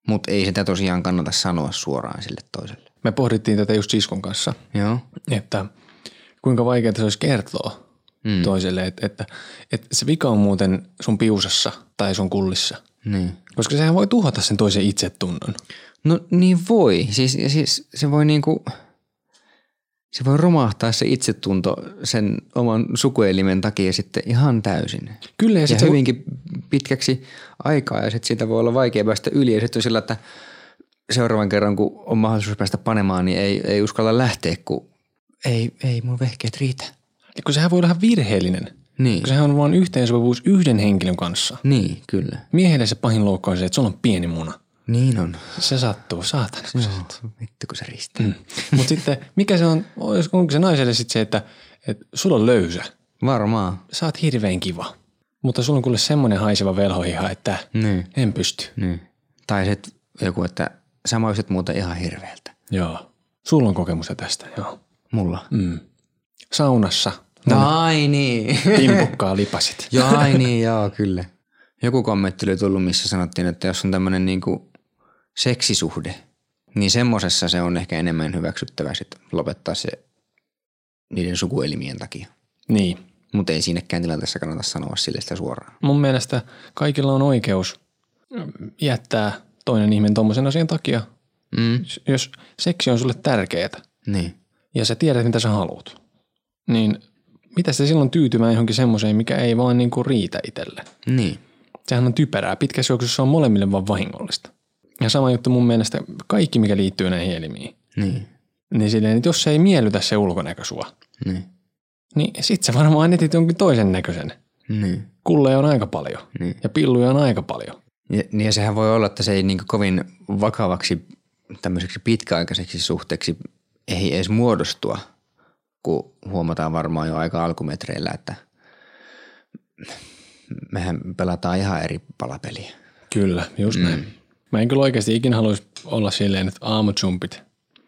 Speaker 3: Mutta ei sitä tosiaan kannata sanoa suoraan sille toiselle.
Speaker 1: Me pohdittiin tätä just siskon kanssa,
Speaker 3: Joo.
Speaker 1: että kuinka vaikeaa se olisi kertoa mm. toiselle, että, että, että se vika on muuten sun piusassa tai sun kullissa.
Speaker 3: Niin.
Speaker 1: Koska sehän voi tuhota sen toisen itsetunnon.
Speaker 3: No niin voi. Siis, siis se voi niinku, se voi romahtaa se itsetunto sen oman sukuelimen takia sitten ihan täysin.
Speaker 1: Kyllä, ja
Speaker 3: Ja,
Speaker 1: sit
Speaker 3: ja
Speaker 1: se,
Speaker 3: hyvinkin pitkäksi aikaa ja sitten siitä voi olla vaikea päästä yli ja sitten on sillä, että seuraavan kerran kun on mahdollisuus päästä panemaan, niin ei, ei uskalla lähteä, kun ei, ei mun vehkeet riitä.
Speaker 1: kun sehän voi olla ihan virheellinen.
Speaker 3: Niin,
Speaker 1: Kun sehän on vain yhteensopivuus yhden henkilön kanssa.
Speaker 3: niin kyllä.
Speaker 1: Miehelle se pahin loukkaus on se, että sulla on pieni muna.
Speaker 3: Niin on.
Speaker 1: Se sattuu, saatana. kun se sattuu.
Speaker 3: Vittu kun se riistää. Mm.
Speaker 1: Mutta sitten, mikä se on, olis- onko se naiselle sitten se, että, että sulla on löysä,
Speaker 3: Varmaan.
Speaker 1: sä oot hirveän kiva, mutta sulla on kuule semmoinen haiseva velhohiha, että
Speaker 3: Niin.
Speaker 1: en pysty.
Speaker 3: niin. Tai sitten joku, että sä maistat muuten ihan hirveältä.
Speaker 1: Joo. Sulla on kokemusta tästä, joo.
Speaker 3: Mulla.
Speaker 1: Mm. Saunassa
Speaker 3: Ai niin.
Speaker 1: timpukkaa lipasit.
Speaker 3: joo, ai niin, joo, kyllä. Joku kommentti oli tullut, missä sanottiin, että jos on tämmöinen niinku seksisuhde, niin semmosessa se on ehkä enemmän hyväksyttävää sit lopettaa se niiden sukuelimien takia.
Speaker 1: Niin.
Speaker 3: Mutta ei siinäkään tilanteessa kannata sanoa sille sitä suoraan.
Speaker 1: Mun mielestä kaikilla on oikeus jättää toinen ihminen tommosen asian takia,
Speaker 3: Mm.
Speaker 1: jos seksi on sulle tärkeää
Speaker 3: Niin.
Speaker 1: ja sä tiedät, mitä sä haluat, niin mitä sä silloin tyytymään johonkin semmoiseen, mikä ei vaan niinku riitä itselle?
Speaker 3: Niin.
Speaker 1: Sehän on typerää. Pitkässä juoksussa se on molemmille vaan vahingollista. Ja sama juttu mun mielestä kaikki, mikä liittyy näihin elimiin.
Speaker 3: Niin.
Speaker 1: Niin silleen, että jos se ei miellytä se ulkonäkö sua,
Speaker 3: Niin.
Speaker 1: niin sit sä varmaan etit jonkin toisen näköisen.
Speaker 3: Niin.
Speaker 1: Kulleja on aika paljon
Speaker 3: Niin.
Speaker 1: ja pilluja on aika paljon.
Speaker 3: Ja, niin ja sehän voi olla, että se ei niin kovin vakavaksi tämmöiseksi pitkäaikaiseksi suhteeksi ei edes muodostua, kun huomataan varmaan jo aika alkumetreillä, että mehän pelataan ihan eri palapeliä.
Speaker 1: Kyllä, just mm. näin. Mä en kyllä oikeasti ikinä haluaisi olla silleen, että aamutsumpit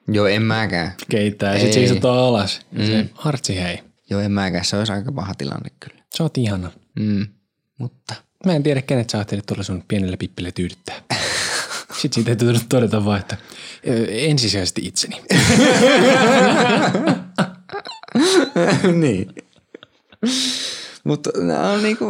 Speaker 3: Joo, en mäkään.
Speaker 1: keittää ja sit
Speaker 3: Ei.
Speaker 1: se istutaan alas. Mm. Se, hartsi hei,
Speaker 3: Joo, en mäkään. Se olisi aika paha tilanne kyllä.
Speaker 1: sä oot ihana.
Speaker 3: Mm. Mutta
Speaker 1: Mä en tiedä, kenet sä ajattelit tuolla sun pienellä pippillä tyydyttää. Sitten siitä ei tullut todeta vaan, että ö, ensisijaisesti itseni.
Speaker 3: niin. Mutta nämä on niinku,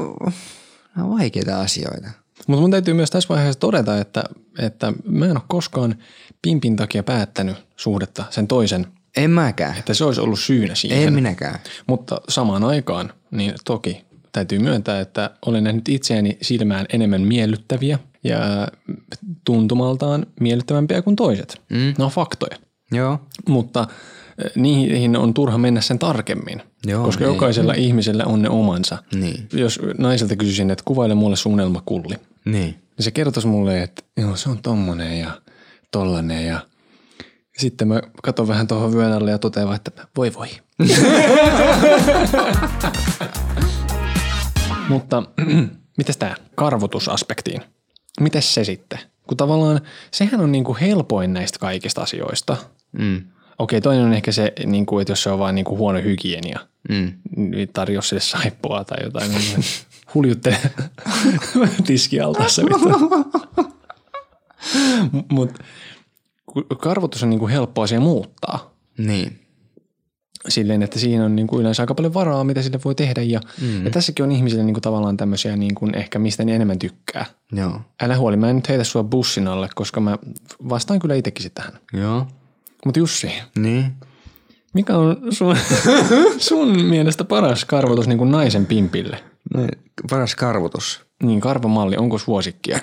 Speaker 3: nämä on vaikeita asioita.
Speaker 1: Mutta mun täytyy myös tässä vaiheessa todeta, että, että mä en ole koskaan pimpin takia päättänyt suhdetta sen toisen,
Speaker 3: En mäkään.
Speaker 1: että se olisi ollut syynä siihen.
Speaker 3: En minäkään.
Speaker 1: Mutta samaan aikaan, niin toki täytyy myöntää, että olen nähnyt itseäni silmään enemmän miellyttäviä ja tuntumaltaan miellyttävämpiä kuin toiset. Mm. Ne on faktoja.
Speaker 3: Joo.
Speaker 1: Mutta eh, niihin on turha mennä sen tarkemmin,
Speaker 3: Joo,
Speaker 1: koska
Speaker 3: niin.
Speaker 1: jokaisella ihmisellä on ne omansa.
Speaker 3: Niin.
Speaker 1: Jos naiselta kysyisin, että kuvaile mulle sun unelmakulli,
Speaker 3: Niin.
Speaker 1: niin se kertoisi mulle, että joo, se on tommonen ja tollanen ja sitten mä katon vähän tuohon vyön alle ja totean vaan, että voi voi. Mutta mitäs tää karvotusaspektiin? Mites se sitten? Kun tavallaan sehän on niinku helpoin näistä kaikista asioista.
Speaker 3: Mm.
Speaker 1: Okei, toinen on ehkä se, niinku, että jos se on vaan niinku huono hygienia,
Speaker 3: Mm.
Speaker 1: niin tarjoa sille saippuaa tai jotain. niin Huljutte tiskialtaassa. Mutta karvotus on niinku helppo asia muuttaa
Speaker 3: Niin.
Speaker 1: silleen, että siinä on niinku yleensä aika paljon varaa, mitä sille voi tehdä. Ja, mm. ja tässäkin on ihmisille niinku tavallaan tämmöisiä niinku ehkä mistä ne enemmän tykkää.
Speaker 3: Joo.
Speaker 1: Älä huoli, mä en nyt heitä sua bussin alle, koska mä vastaan kyllä itsekin sit tähän.
Speaker 3: Joo.
Speaker 1: Mutta Jussi,
Speaker 3: Niin.
Speaker 1: mikä on sun, sun mielestä paras karvotus niinku naisen pimpille?
Speaker 3: No, paras karvotus.
Speaker 1: Niin, karvamalli, onko suosikkia?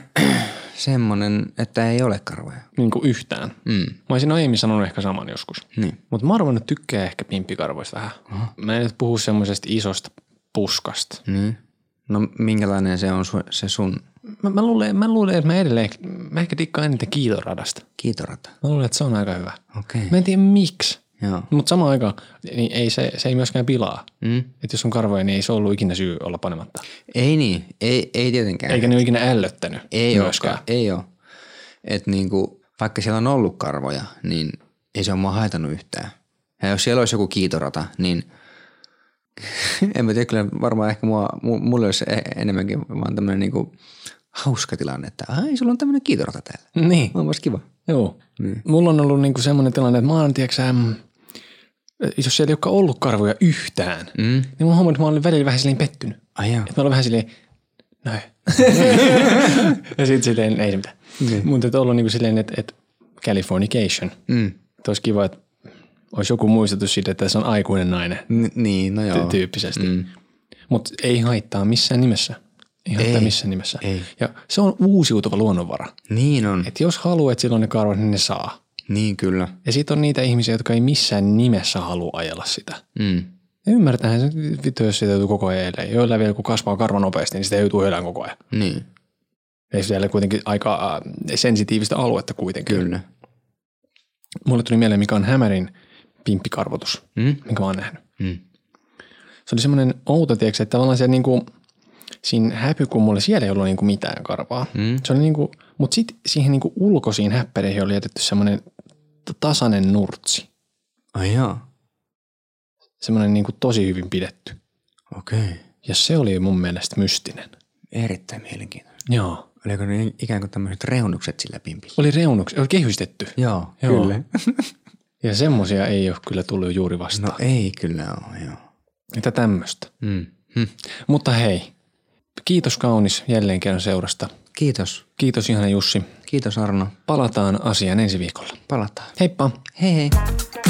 Speaker 3: Semmonen, että ei ole karvoja.
Speaker 1: niin kuin yhtään.
Speaker 3: Mm.
Speaker 1: Mä olisin aiemmin sanonut ehkä saman joskus.
Speaker 3: Niin.
Speaker 1: Mutta mä arvan, että tykkää ehkä pimppikarvoista vähän. Mä en nyt puhu semmoisesta isosta puskasta.
Speaker 3: Niin. No minkälainen se on su- se sun
Speaker 1: Mä, mä, luulen, mä luulen, että mä edelleen, mä ehkä tikkaan eniten kiitoradasta.
Speaker 3: kiitorata?
Speaker 1: Mä luulen, että se on aika hyvä.
Speaker 3: Okei.
Speaker 1: Mä en tiedä miksi.
Speaker 3: Joo.
Speaker 1: Mutta samaan aikaan niin ei, se, se ei myöskään pilaa.
Speaker 3: Mm.
Speaker 1: Että jos on karvoja, niin ei se ollut ikinä syy olla panematta.
Speaker 3: Ei niin. Ei, ei tietenkään.
Speaker 1: Eikä ne ole ikinä ällöttänyt
Speaker 3: ei
Speaker 1: myöskään.
Speaker 3: olekaan. Ei oo. Et niinku, vaikka siellä on ollut karvoja, niin ei se ole mua haitannut yhtään. Ja jos siellä olisi joku kiitorata, niin en mä tiedä, kyllä varmaan ehkä mua, mu- mulle olisi e- enemmänkin vaan tämmöinen niinku hauska tilanne, että ai sulla on tämmöinen kiitorata täällä.
Speaker 1: Niin.
Speaker 3: On vasta kiva.
Speaker 1: Joo. Niin. Mulla on ollut niinku semmoinen tilanne, että mä oon, tiiäksä, mm, jos siellä ei olekaan ollut karvoja yhtään, mm. niin mä huomannut, että mä olin välillä vähän silleen pettynyt.
Speaker 3: Ai joo.
Speaker 1: Että mä olin vähän silleen, no ei. ja sitten silleen, ei se mitään. Niin. Mutta on ollut niinku silleen, että, että Californication. Mm. Että olisi kiva, että olisi joku muistutus siitä, että se on aikuinen nainen
Speaker 3: N- niin, no joo.
Speaker 1: Joo. tyyppisesti. Mm.
Speaker 3: Mm.
Speaker 1: Mutta ei haittaa missään nimessä. Ei haittaa
Speaker 3: Ei.
Speaker 1: missään nimessä.
Speaker 3: Ei.
Speaker 1: Ja se on uusiutuva luonnonvara.
Speaker 3: Niin on. Et.
Speaker 1: Et jos haluat silloin ne karvat, niin ne saa.
Speaker 3: Niin kyllä.
Speaker 1: Ja sitten on niitä ihmisiä, jotka ei missään nimessä halua ajella sitä.
Speaker 3: Mm.
Speaker 1: Ja ymmärtäähän se, vittu, jos sitä joutuu koko ajan edelleen. Joilla vielä kun kasvaa karva nopeasti, niin sitä joutuu elämään koko ajan.
Speaker 3: Niin,
Speaker 1: Ei siellä kuitenkin aika äh, sensitiivistä aluetta kuitenkin.
Speaker 3: kyllä.
Speaker 1: Mulle tuli mieleen, mikä on Hämärin pimppikarvotus,
Speaker 3: Mm?
Speaker 1: minkä mä oon nähnyt.
Speaker 3: Mm.
Speaker 1: Se oli semmoinen outo, tiedätkö, että tavallaan siellä niinku, siinä häpykummulla siellä ei ollut niinku mitään karvaa.
Speaker 3: Mm.
Speaker 1: Se oli niinku, mutta sitten siihen niinku ulkoisiin häppäreihin oli jätetty semmoinen t- tasainen nurtsi.
Speaker 3: Ai jaa,
Speaker 1: Semmoinen niinku tosi hyvin pidetty.
Speaker 3: okei. Okay.
Speaker 1: Ja se oli mun mielestä mystinen.
Speaker 3: Erittäin mielenkiintoinen.
Speaker 1: Joo.
Speaker 3: Oliko ne ikään kuin tämmöiset reunukset sillä pimpillä?
Speaker 1: Oli reunuksi, oli kehystetty.
Speaker 3: Joo,
Speaker 1: Joo.
Speaker 3: kyllä.
Speaker 1: Ja semmosia ei ole kyllä tullut juuri vastaan.
Speaker 3: No ei kyllä ole, joo.
Speaker 1: Mitä tämmöistä.
Speaker 3: Mm. Hm.
Speaker 1: Mutta hei, kiitos kaunis jälleen kerran seurasta.
Speaker 3: Kiitos.
Speaker 1: Kiitos ihana Jussi.
Speaker 3: Kiitos Arno.
Speaker 1: Palataan asiaan ensi viikolla.
Speaker 3: Palataan.
Speaker 1: Heippa!
Speaker 3: Hei hei.